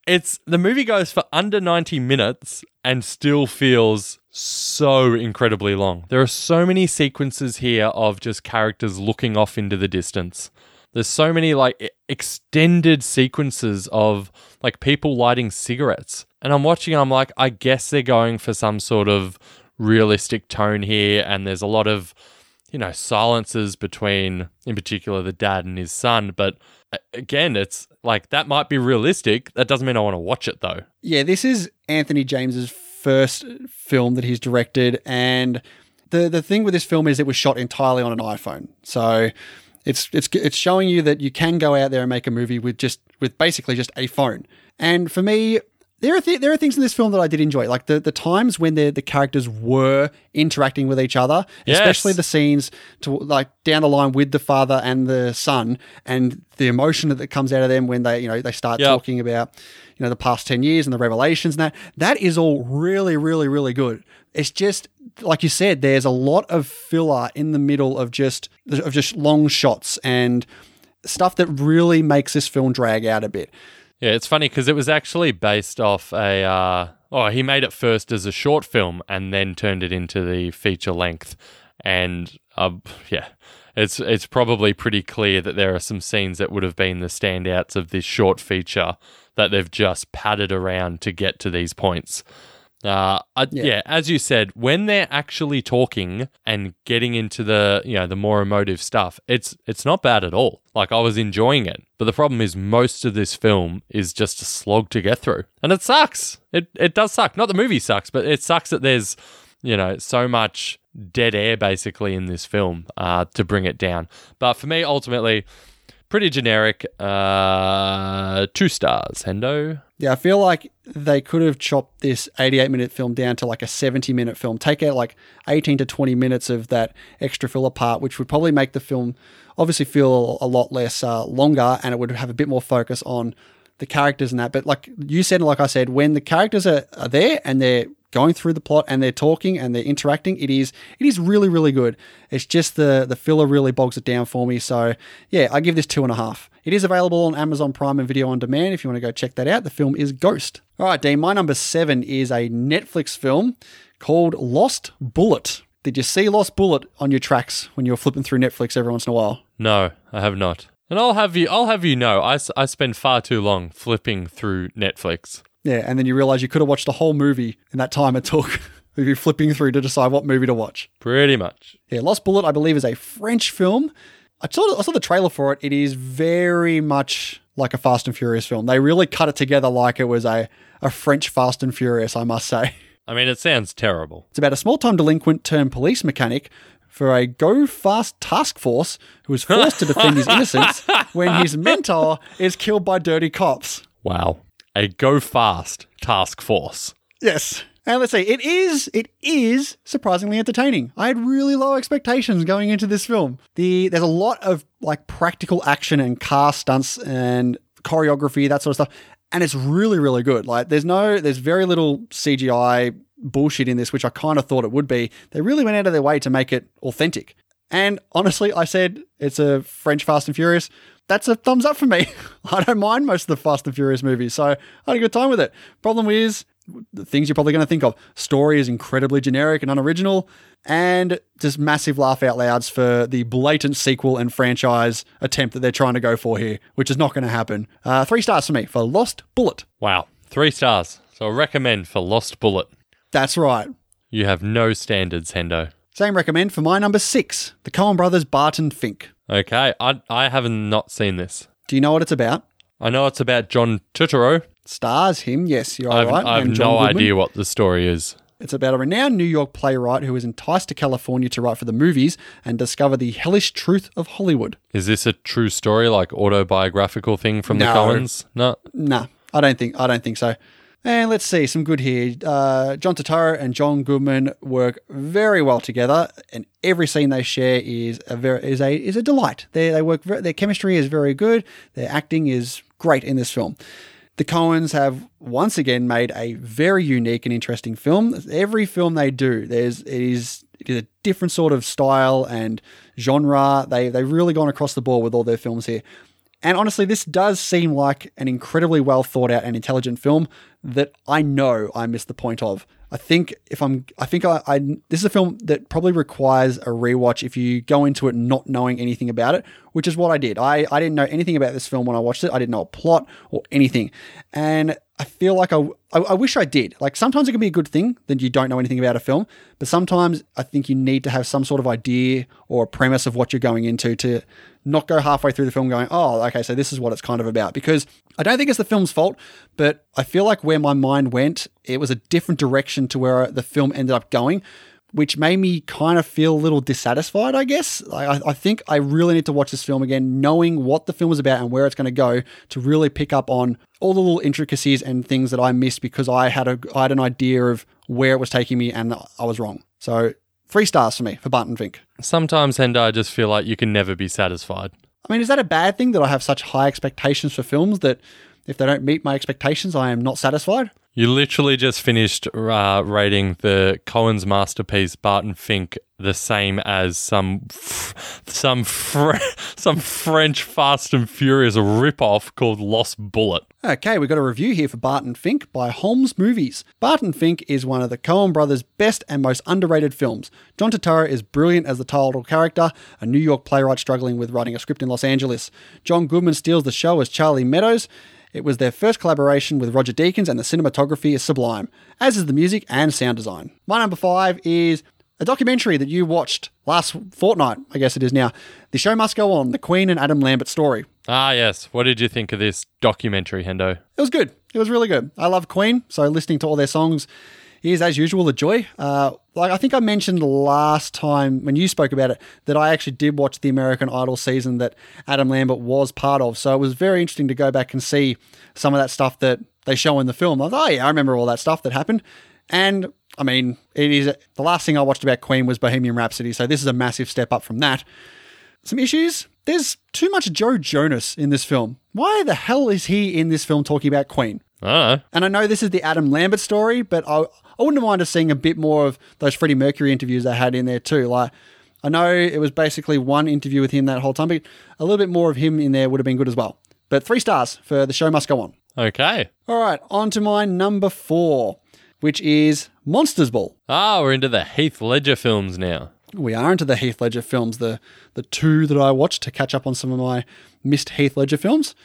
S1: It's the movie goes for under 90 minutes and still feels so incredibly long. There are so many sequences here of just characters looking off into the distance. There's so many like e- extended sequences of like people lighting cigarettes. And I'm watching, I'm like, I guess they're going for some sort of realistic tone here. And there's a lot of you know silences between in particular the dad and his son but a- again it's like that might be realistic that doesn't mean i want to watch it though
S2: Yeah, this is Anthony James's first film that he's directed, and the the thing with this film is it was shot entirely on an iPhone. So it's it's it's showing you that you can go out there and make a movie with just with basically just a phone. And for me, there are th- there are things in this film that I did enjoy, like the the times when the the characters were interacting with each other,
S1: Yes.
S2: especially the scenes to like down the line with the father and the son, and the emotion that comes out of them when they you know they start
S1: Yep.
S2: talking about you know the past ten years and the revelations and that that is all really really really good. It's just like you said, there's a lot of filler in the middle of just of just long shots and stuff that really makes this film drag out a bit.
S1: yeah it's funny because it was actually based off a uh, oh he made it first as a short film and then turned it into the feature length and uh, yeah it's it's probably pretty clear that there are some scenes that would have been the standouts of this short feature that they've just padded around to get to these points Uh, I, yeah. as you said, when they're actually talking and getting into the you know the more emotive stuff, it's it's not bad at all. Like I was enjoying it, but the problem is most of this film is just a slog to get through, and it sucks. It it does suck. Not the movie sucks, but it sucks that there's you know so much dead air basically in this film uh, to bring it down. But for me, ultimately, pretty generic. Uh, two stars, Hendo.
S2: Yeah, I feel like they could have chopped this 88 minute film down to like a 70 minute film. Take out like 18 to 20 minutes of that extra filler part, which would probably make the film obviously feel a lot less uh, longer and it would have a bit more focus on the characters and that. But like you said, and like I said, when the characters are, are there and they're going through the plot and they're talking and they're interacting, it is it is really, really good. It's just the the filler really bogs it down for me. So yeah, I give this two and a half. It is available on Amazon Prime and Video on Demand if you want to go check that out. The film is Ghost. All right, Dean, my number seven is a Netflix film called Lost Bullet. Did you see Lost Bullet on your tracks when you were flipping through Netflix every once in a while?
S1: No, I have not. And I'll have you, I'll have you know, I, s- I spend far too long flipping through Netflix.
S2: Yeah, and then you realize you could have watched the whole movie in that time it took. who you're flipping through to decide what movie to watch.
S1: Pretty much.
S2: Yeah, Lost Bullet, I believe, is a French film. I saw, I saw the trailer for it. It is very much like a Fast and Furious film. They really cut it together like it was a, a French Fast and Furious, I must say.
S1: I mean, it sounds terrible.
S2: It's about a small time delinquent turned police mechanic for a go fast task force who is forced to defend his innocence when his mentor is killed by dirty cops.
S1: Wow. A go fast task force.
S2: Yes. And let's see, it is it is surprisingly entertaining. I had really low expectations going into this film. The there's a lot of like practical action and car stunts and choreography, that sort of stuff. And it's really, really good. Like there's no there's very little CGI bullshit in this, which I kind of thought it would be. They really went out of their way to make it authentic. And honestly, I said it's a French Fast and Furious. That's a thumbs up for me. I don't mind most of the Fast and Furious movies, so I had a good time with it. Problem is, the things you're probably going to think of. Story is incredibly generic and unoriginal, and just massive laugh out louds for the blatant sequel and franchise attempt that they're trying to go for here, which is not going to happen. Uh, three stars for me for Lost Bullet.
S1: Wow. Three stars. So I recommend for Lost Bullet.
S2: That's right.
S1: You have no standards, Hendo.
S2: Same recommend for my number six, the Coen Brothers Barton Fink.
S1: Okay. I, I have not seen this.
S2: Do you know what it's about?
S1: I know it's about John Turturro.
S2: Stars him, yes, you're
S1: I've,
S2: right.
S1: I've
S2: and
S1: no
S2: John Goodman.
S1: idea what the story is.
S2: It's about a renowned New York playwright who is enticed to California to write for the movies and discover the hellish truth of Hollywood.
S1: Is this a true story, like autobiographical thing from the
S2: No.
S1: Commons? No.
S2: Nah, I don't think I don't think so. And let's see some good here. Uh, John Turturro and John Goodman work very well together, and every scene they share is a very, is a is a delight. They they work ver- their chemistry is very good. Their acting is great in this film. The Coens have once again made a very unique and interesting film. Every film they do, there's it is it is a different sort of style and genre. They they've really gone across the board with all their films here. And honestly, this does seem like an incredibly well thought out and intelligent film that I know I missed the point of. I think if I'm, I think I, I, this is a film that probably requires a rewatch if you go into it not knowing anything about it, which is what I did. I, I didn't know anything about this film when I watched it. I didn't know a plot or anything. And I feel like I, I, I wish I did. Like sometimes it can be a good thing that you don't know anything about a film, but sometimes I think you need to have some sort of idea or a premise of what you're going into to not go halfway through the film going, oh, okay, so this is what it's kind of about. Because I don't think it's the film's fault, but I feel like where my mind went, it was a different direction to where the film ended up going, which made me kind of feel a little dissatisfied, I guess. I, I- I think I really need to watch this film again, knowing what the film is about and where it's going to go to really pick up on all the little intricacies and things that I missed because I had a I had an idea of where it was taking me and I was wrong. So three stars for me for Barton Fink.
S1: Sometimes, Hendo, I just feel like you can never be satisfied.
S2: I mean, is that a bad thing that I have such high expectations for films that if they don't meet my expectations, I am not satisfied?
S1: You literally just finished uh, rating the Cohen's masterpiece Barton Fink the same as some f- some fr- some French Fast and Furious ripoff called Lost Bullet.
S2: Okay, we've got a review here for Barton Fink by Holmes Movies. Barton Fink is one of the Coen brothers' best and most underrated films. John Turturro is brilliant as the title character, a New York playwright struggling with writing a script in Los Angeles. John Goodman steals the show as Charlie Meadows. It was their first collaboration with Roger Deakins, and the cinematography is sublime, as is the music and sound design. My number five is a documentary that you watched last fortnight, I guess it is now. The Show Must Go On, The Queen and Adam Lambert Story.
S1: Ah, yes. What did you think of this documentary, Hendo?
S2: It was good. It was really good. I love Queen, so listening to all their songs is, as usual, a joy. Uh, like I think I mentioned last time when you spoke about it that I actually did watch the American Idol season that Adam Lambert was part of, so it was very interesting to go back and see some of that stuff that they show in the film. I was, oh yeah, I remember all that stuff that happened, and I mean, it is the last thing I watched about Queen was Bohemian Rhapsody, so this is a massive step up from that some issues. There's too much Joe Jonas in this film. Why the hell is he in this film talking about Queen?
S1: I don't know.
S2: And I know this is the Adam Lambert story, but I, I wouldn't mind us seeing a bit more of those Freddie Mercury interviews they had in there too. Like, I know it was basically one interview with him that whole time, but a little bit more of him in there would have been good as well. But three stars for The Show Must Go On.
S1: Okay.
S2: All right, on to my number four, which is Monsters Ball.
S1: Ah, we're into the Heath Ledger films now.
S2: we are into the Heath Ledger films, the the two that I watched to catch up on some of my missed Heath Ledger films.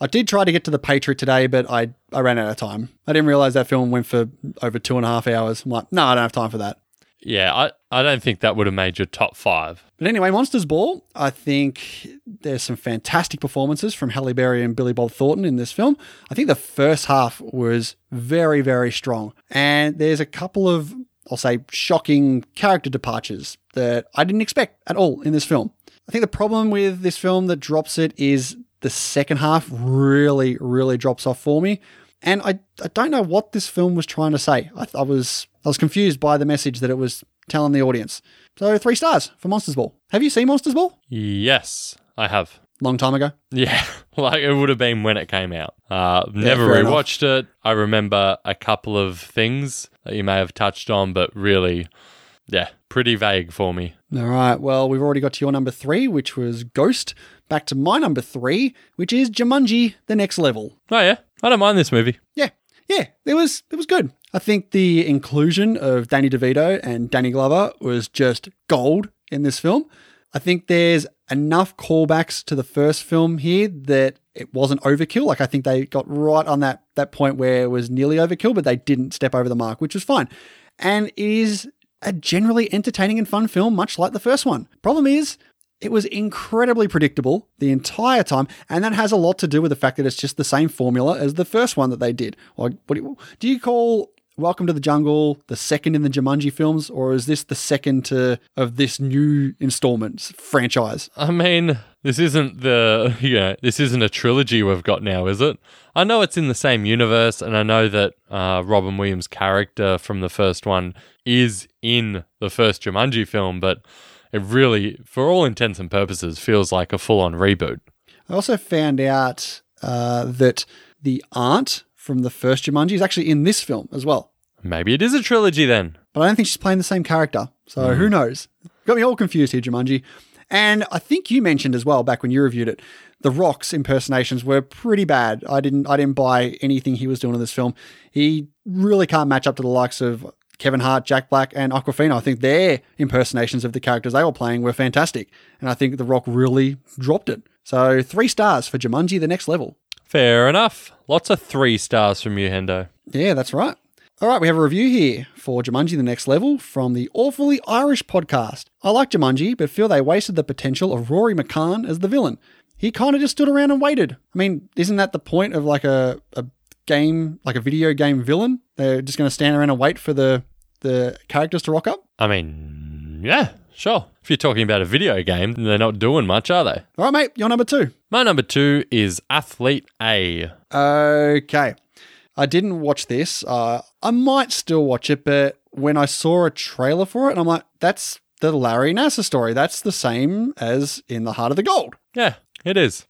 S2: I did try to get to The Patriot today, but I, I ran out of time. I didn't realize that film went for over two and a half hours. I'm like, no, I don't have time for that.
S1: Yeah, I, I don't think that would have made your top five.
S2: But anyway, Monsters Ball, I think there's some fantastic performances from Halle Berry and Billy Bob Thornton in this film. I think the first half was very, very strong. And there's a couple of, I'll say, shocking character departures that I didn't expect at all in this film. I think the problem with this film that drops it is the second half really, really drops off for me. And I, I don't know what this film was trying to say. I, I was I was confused by the message that it was telling the audience. So three stars for Monsters Ball. Have you seen Monsters Ball?
S1: Yes, I have.
S2: Long time ago.
S1: Yeah, like it would have been when it came out. Uh, never
S2: fair enough.
S1: rewatched it. I remember a couple of things that you may have touched on, but really, yeah, pretty vague for me.
S2: All right. Well, we've already got to your number three, which was Ghost. Back to my number three, which is Jumanji: The Next Level.
S1: Oh yeah, I don't mind this movie.
S2: Yeah, yeah, it was it was good. I think the inclusion of Danny DeVito and Danny Glover was just gold in this film. I think there's enough callbacks to the first film here that it wasn't overkill. Like I think they got right on that that point where it was nearly overkill, but they didn't step over the mark, which was fine. And it is a generally entertaining and fun film, much like the first one. Problem is, it was incredibly predictable the entire time, and that has a lot to do with the fact that it's just the same formula as the first one that they did. Like, what do you, do you call Welcome to the Jungle the second in the Jumanji films, or is this the second to of this new installments franchise?
S1: I mean, this isn't the yeah, this isn't a trilogy we've got now, is it? I know it's in the same universe, and I know that uh, Robin Williams' character from the first one is in the first Jumanji film, but it really, for all intents and purposes, feels like a full-on reboot.
S2: I also found out uh, that the aunt from the first Jumanji is actually in this film as well,
S1: Maybe it is a trilogy then.
S2: but I don't think she's playing the same character. So who knows? Got me all confused here, Jumanji. And I think you mentioned as well back when you reviewed it, the Rock's impersonations were pretty bad. I didn't I didn't buy anything he was doing in this film. He really can't match up to the likes of Kevin Hart, Jack Black, and Aquafina. I think their impersonations of the characters they were playing were fantastic. And I think The Rock really dropped it. So three stars for Jumanji the next level.
S1: Fair enough. Lots of three stars from you, Hendo.
S2: Yeah, that's right. All right, we have a review here for Jumanji The Next Level from the Awfully Irish podcast. I like Jumanji, but feel they wasted the potential of Rory McCann as the villain. He kind of just stood around and waited. I mean, isn't that the point of like a, a game, like a video game villain? They're just going to stand around and wait for the, the characters to rock up?
S1: I mean, yeah, sure. If you're talking about a video game, they're not doing much, are they?
S2: All right, mate, you're number two.
S1: My number two is Athlete A.
S2: Okay. I didn't watch this. Uh, I might still watch it, but when I saw a trailer for it, I'm like, that's the Larry Nasser story. That's the same as in the Heart of the Gold.
S1: Yeah, it is.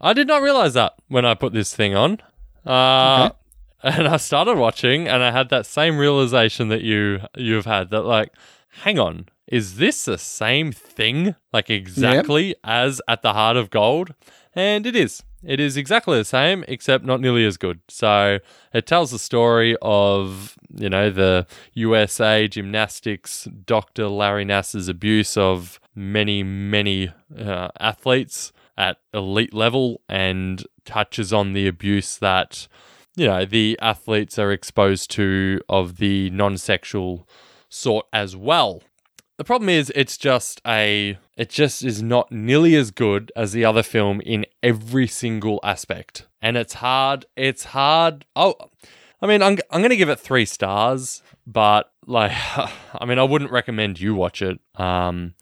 S1: I did not realize that when I put this thing on. Uh, And I started watching, and I had that same realization that you you've had that like, hang on, is this the same thing like exactly as at the heart of gold? And it is. It is exactly the same, except not nearly as good. So it tells the story of you know the USA gymnastics doctor Larry Nass's abuse of many many uh, athletes at elite level and touches on the abuse that you know the athletes are exposed to of the non-sexual sort as well the problem is it's just a it just is not nearly as good as the other film in every single aspect and it's hard it's hard oh i mean i'm, I'm gonna give it three stars but like i mean i wouldn't recommend you watch it um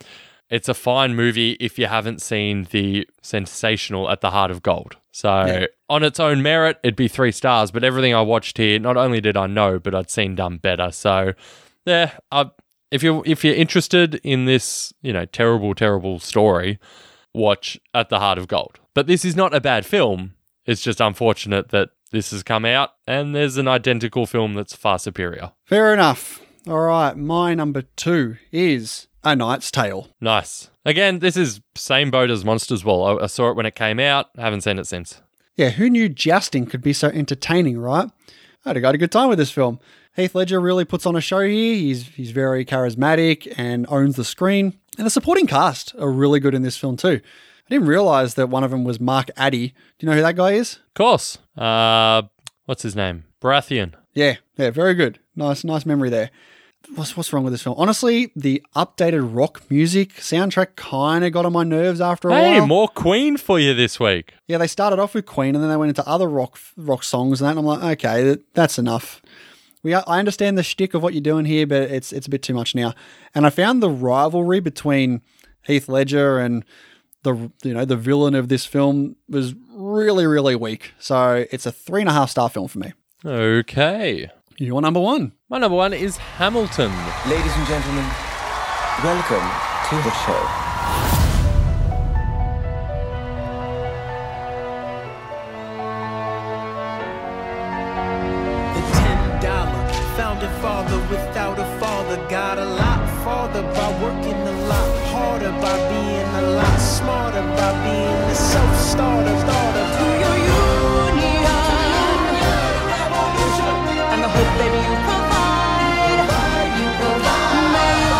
S1: it's a fine movie if you haven't seen the sensational at the heart of gold so on its own merit it'd be three stars but everything i watched here not only did i know but i'd seen done better so yeah i if you if you're interested in this, you know, terrible, terrible story, watch At the Heart of Gold. But this is not a bad film. It's just unfortunate that this has come out and there's an identical film that's far superior.
S2: Fair enough. All right, my number two is A Knight's Tale.
S1: Nice. Again, this is same boat as Monsters Ball. I, I saw it when it came out. Haven't seen it since.
S2: Yeah, who knew jousting could be so entertaining, right? I'd have got a good time with this film. Heath Ledger really puts on a show here. He's he's very charismatic and owns the screen. And the supporting cast are really good in this film too. I didn't realize that one of them was Mark Addy. Do you know who that guy is?
S1: Of course. Uh, what's his name? Baratheon.
S2: Yeah, yeah, very good. Nice, nice memory there. What's what's wrong with this film? Honestly, the updated rock music soundtrack kind of got on my nerves after a
S1: Hey,
S2: while.
S1: more Queen for you this week.
S2: yeah, they started off with Queen, and then they went into other rock rock songs, and that. And I'm like, okay, that, that's enough. We are, I understand the shtick of what you're doing here, but it's it's a bit too much now. And I found the rivalry between Heath Ledger and the you know the villain of this film was really really weak. So it's a three and a half star film for me.
S1: Okay.
S2: You're number one.
S1: My number one is Hamilton.
S9: Ladies and gentlemen, welcome to the show.
S10: The ten dollar founding father without a father got a lot farther by working a lot harder by being a lot smarter by being a self-starter starter to your union revolution and the hope baby you provide you provide may you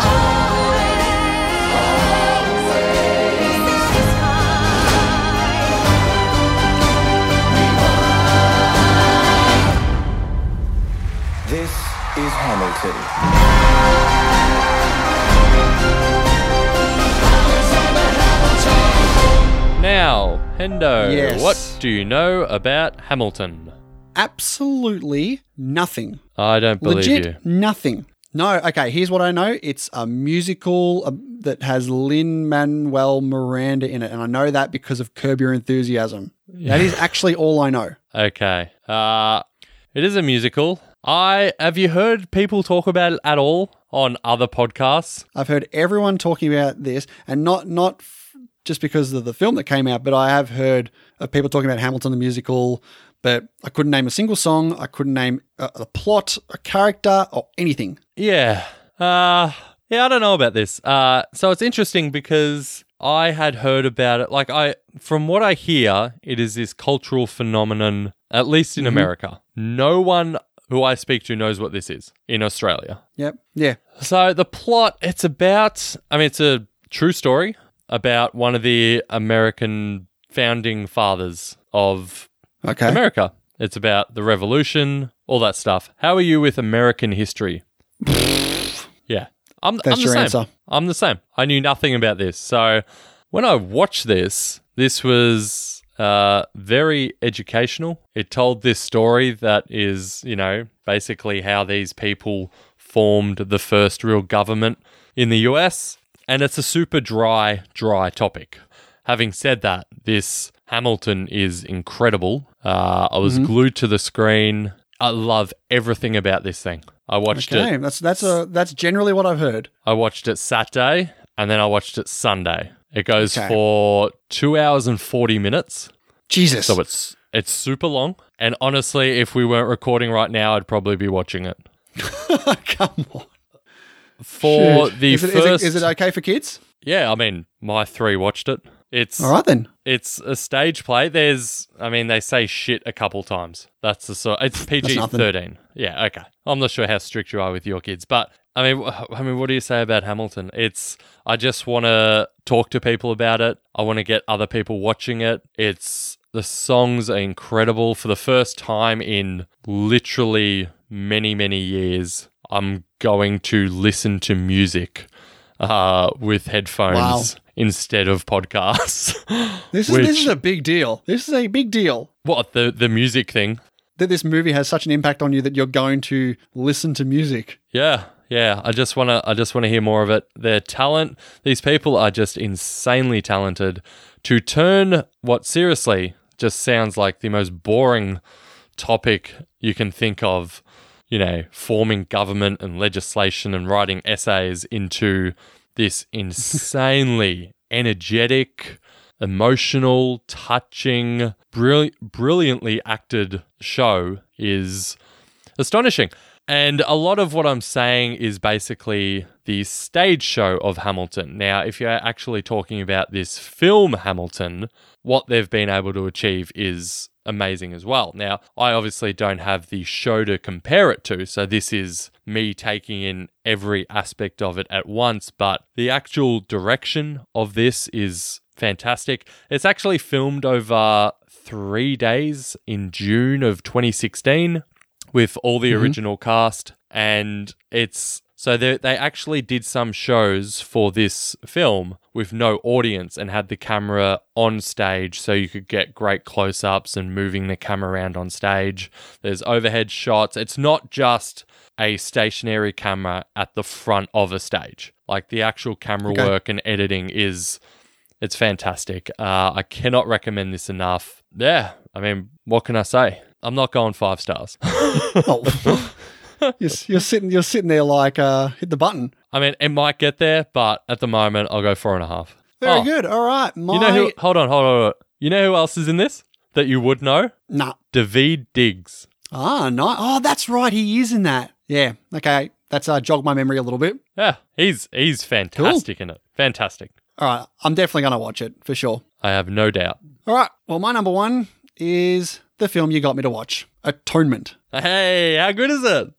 S10: always be satisfied
S9: This is Hamilton.
S1: Now, Hendo,
S2: Yes.
S1: what do you know about Hamilton?
S2: Absolutely nothing.
S1: I don't believe
S2: Legit
S1: you.
S2: nothing. No, okay, here's what I know. It's a musical um, that has Lin Manuel Miranda in it, and I know that because of Curb Your Enthusiasm. That is actually all I know.
S1: Okay. Uh, it is a musical. I have you heard people talk about it at all on other podcasts?
S2: I've heard everyone talking about this, and not not f- just because of the film that came out, but I have heard of people talking about Hamilton the musical. But I couldn't name a single song. I couldn't name a, a plot, a character, or anything.
S1: Yeah. Uh yeah, I don't know about this. Uh so it's interesting because I had heard about it like I from what I hear, it is this cultural phenomenon at least in America. No one who I speak to knows what this is in Australia.
S2: Yep. Yeah.
S1: So the plot, it's about, I mean, it's a true story about one of the American founding fathers of
S2: Okay.
S1: America. It's about the revolution, all that stuff. How are you with American history? yeah. I'm,
S2: That's
S1: I'm the
S2: your
S1: same.
S2: answer.
S1: I'm the same. I knew nothing about this. So when I watched this, this was uh, very educational. It told this story that is, you know, basically how these people formed the first real government in the US. And it's a super dry, dry topic. Having said that, this Hamilton is incredible. Uh, I was glued to the screen. I love everything about this thing. I watched it
S2: Okay. That's that's a that's generally what I've heard.
S1: I watched it Saturday and then I watched it Sunday. It goes for two hours and forty minutes.
S2: Jesus.
S1: So it's it's super long. And honestly, if we weren't recording right now, I'd probably be watching it.
S2: Oh, Come on.
S1: For
S2: Dude.
S1: the
S2: is it, is it-
S1: first
S2: is it okay for kids?
S1: Yeah, I mean, my three watched it. It's
S2: All right then.
S1: it's a stage play. There's I mean, they say shit a couple times. That's the sort it's PG thirteen. Yeah, okay. I'm not sure how strict you are with your kids, but I mean, wh- I mean, what do you say about Hamilton? It's I just want to talk to people about it. I want to get other people watching it. It's the songs are incredible for the first time in literally many many years. I'm going to listen to music uh, with headphones
S2: Wow.
S1: instead of podcasts.
S2: This is
S1: Which-
S2: this is a big deal. This is a big deal
S1: what the the music thing?
S2: that this movie has such an impact on you that you're going to listen to music.
S1: Yeah, yeah. I just wanna I just wanna hear more of it. Their talent, these people are just insanely talented to turn what seriously just sounds like the most boring topic you can think of, you know, forming government and legislation and writing essays into this insanely energetic, emotional, touching, brill- brilliantly acted show is astonishing. And a lot of what I'm saying is basically the stage show of Hamilton. Now, if you're actually talking about this film Hamilton, what they've been able to achieve is amazing as well. Now, I obviously don't have the show to compare it to, so this is me taking in every aspect of it at once, but the actual direction of this is fantastic. It's actually filmed over three days in June of 2016 with all the original cast. And it's so they, they actually did some shows for this film with no audience and had the camera on stage so you could get great close ups and moving the camera around on stage. There's overhead shots. It's not just a stationary camera at the front of a stage. Like the actual camera work and editing is it's fantastic. Uh, I cannot recommend this enough. Yeah, I mean, what can I say? I'm not going five stars.
S2: Oh. you're, s- you're sitting you're sitting there like uh, hit the button.
S1: I mean, it might get there, but at the moment, I'll go four and a half.
S2: Very
S1: Oh,
S2: good. All right. My
S1: You know who? Hold on, hold on, hold on. You know who else is in this that you would know?
S2: Nah.
S1: David Diggs.
S2: Ah, no. Oh, that's right. He is in that. Yeah. Okay. That's uh, jogged my memory a little bit.
S1: Yeah, he's he's fantastic in it. Fantastic.
S2: All right. I'm definitely going to watch it for sure.
S1: I have no doubt.
S2: All right. Well, my number one is the film you got me to watch Atonement.
S1: Hey, how good is it?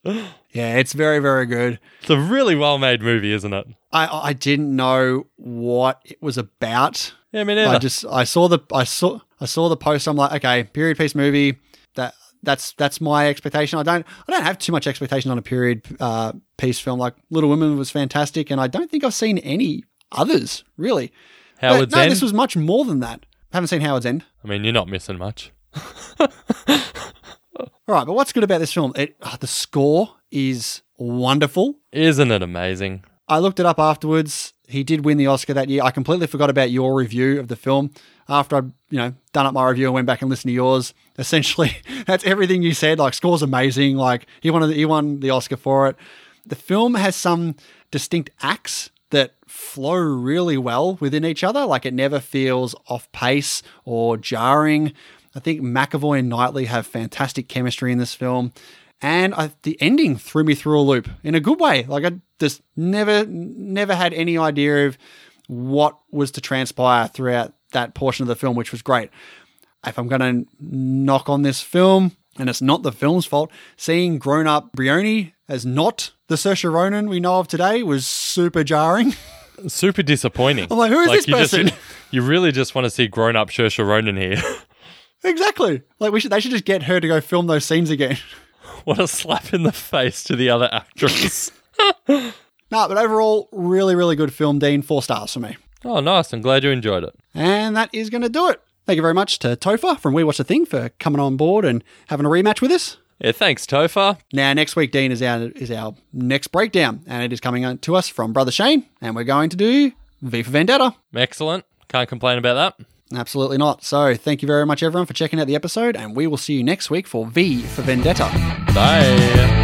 S2: Yeah, it's very, very good.
S1: It's a really well-made movie, isn't it?
S2: I, I I didn't know what it was about.
S1: Yeah, me neither.
S2: I just I saw the I saw I saw the post. I'm like, okay, period piece movie. That that's that's my expectation. I don't I don't have too much expectation on a period uh, piece film. Like Little Women was fantastic, and I don't think I've seen any others really. But
S1: Howard's
S2: no,
S1: End.
S2: this was much more than that. I haven't seen Howard's End.
S1: I mean, you're not missing much.
S2: All right, but what's good about this film? It ah, the score is wonderful.
S1: Isn't it amazing?
S2: I looked it up afterwards. He did win the Oscar that year. I completely forgot about your review of the film after I'd, you know, done up my review and went back and listened to yours. Essentially, that's everything you said. Like, score's amazing. Like, he won, he won the Oscar for it. The film has some distinct acts that flow really well within each other. Like, it never feels off pace or jarring. I think McAvoy and Knightley have fantastic chemistry in this film and I, the ending threw me through a loop in a good way. Like I just never, never had any idea of what was to transpire throughout that portion of the film, which was great. If I'm going to knock on this film, and it's not the film's fault, seeing grown up Brioni as not the Saoirse Ronan we know of today was super jarring.
S1: Super disappointing.
S2: I'm like, who is this
S1: you just-
S2: person?
S1: you really just want to see grown-up Saoirse Ronan here.
S2: exactly. Like we should, they should just get her to go film those scenes again.
S1: what a slap in the face to the other actress.
S2: nah, but overall, really, really good film. Dean, four stars for me.
S1: oh, nice. I'm glad you enjoyed it.
S2: And that is going to do it. Thank you very much to Topher from We Watch the Thing for coming on board and having a rematch with us.
S1: Yeah, thanks, Topher.
S2: Now, next week, Dean is our, is our next breakdown, and it is coming on to us from Brother Shane, and we're going to do V for Vendetta.
S1: Excellent. Can't complain about that.
S2: Absolutely not. So, thank you very much, everyone, for checking out the episode, and we will see you next week for V for Vendetta.
S1: Bye.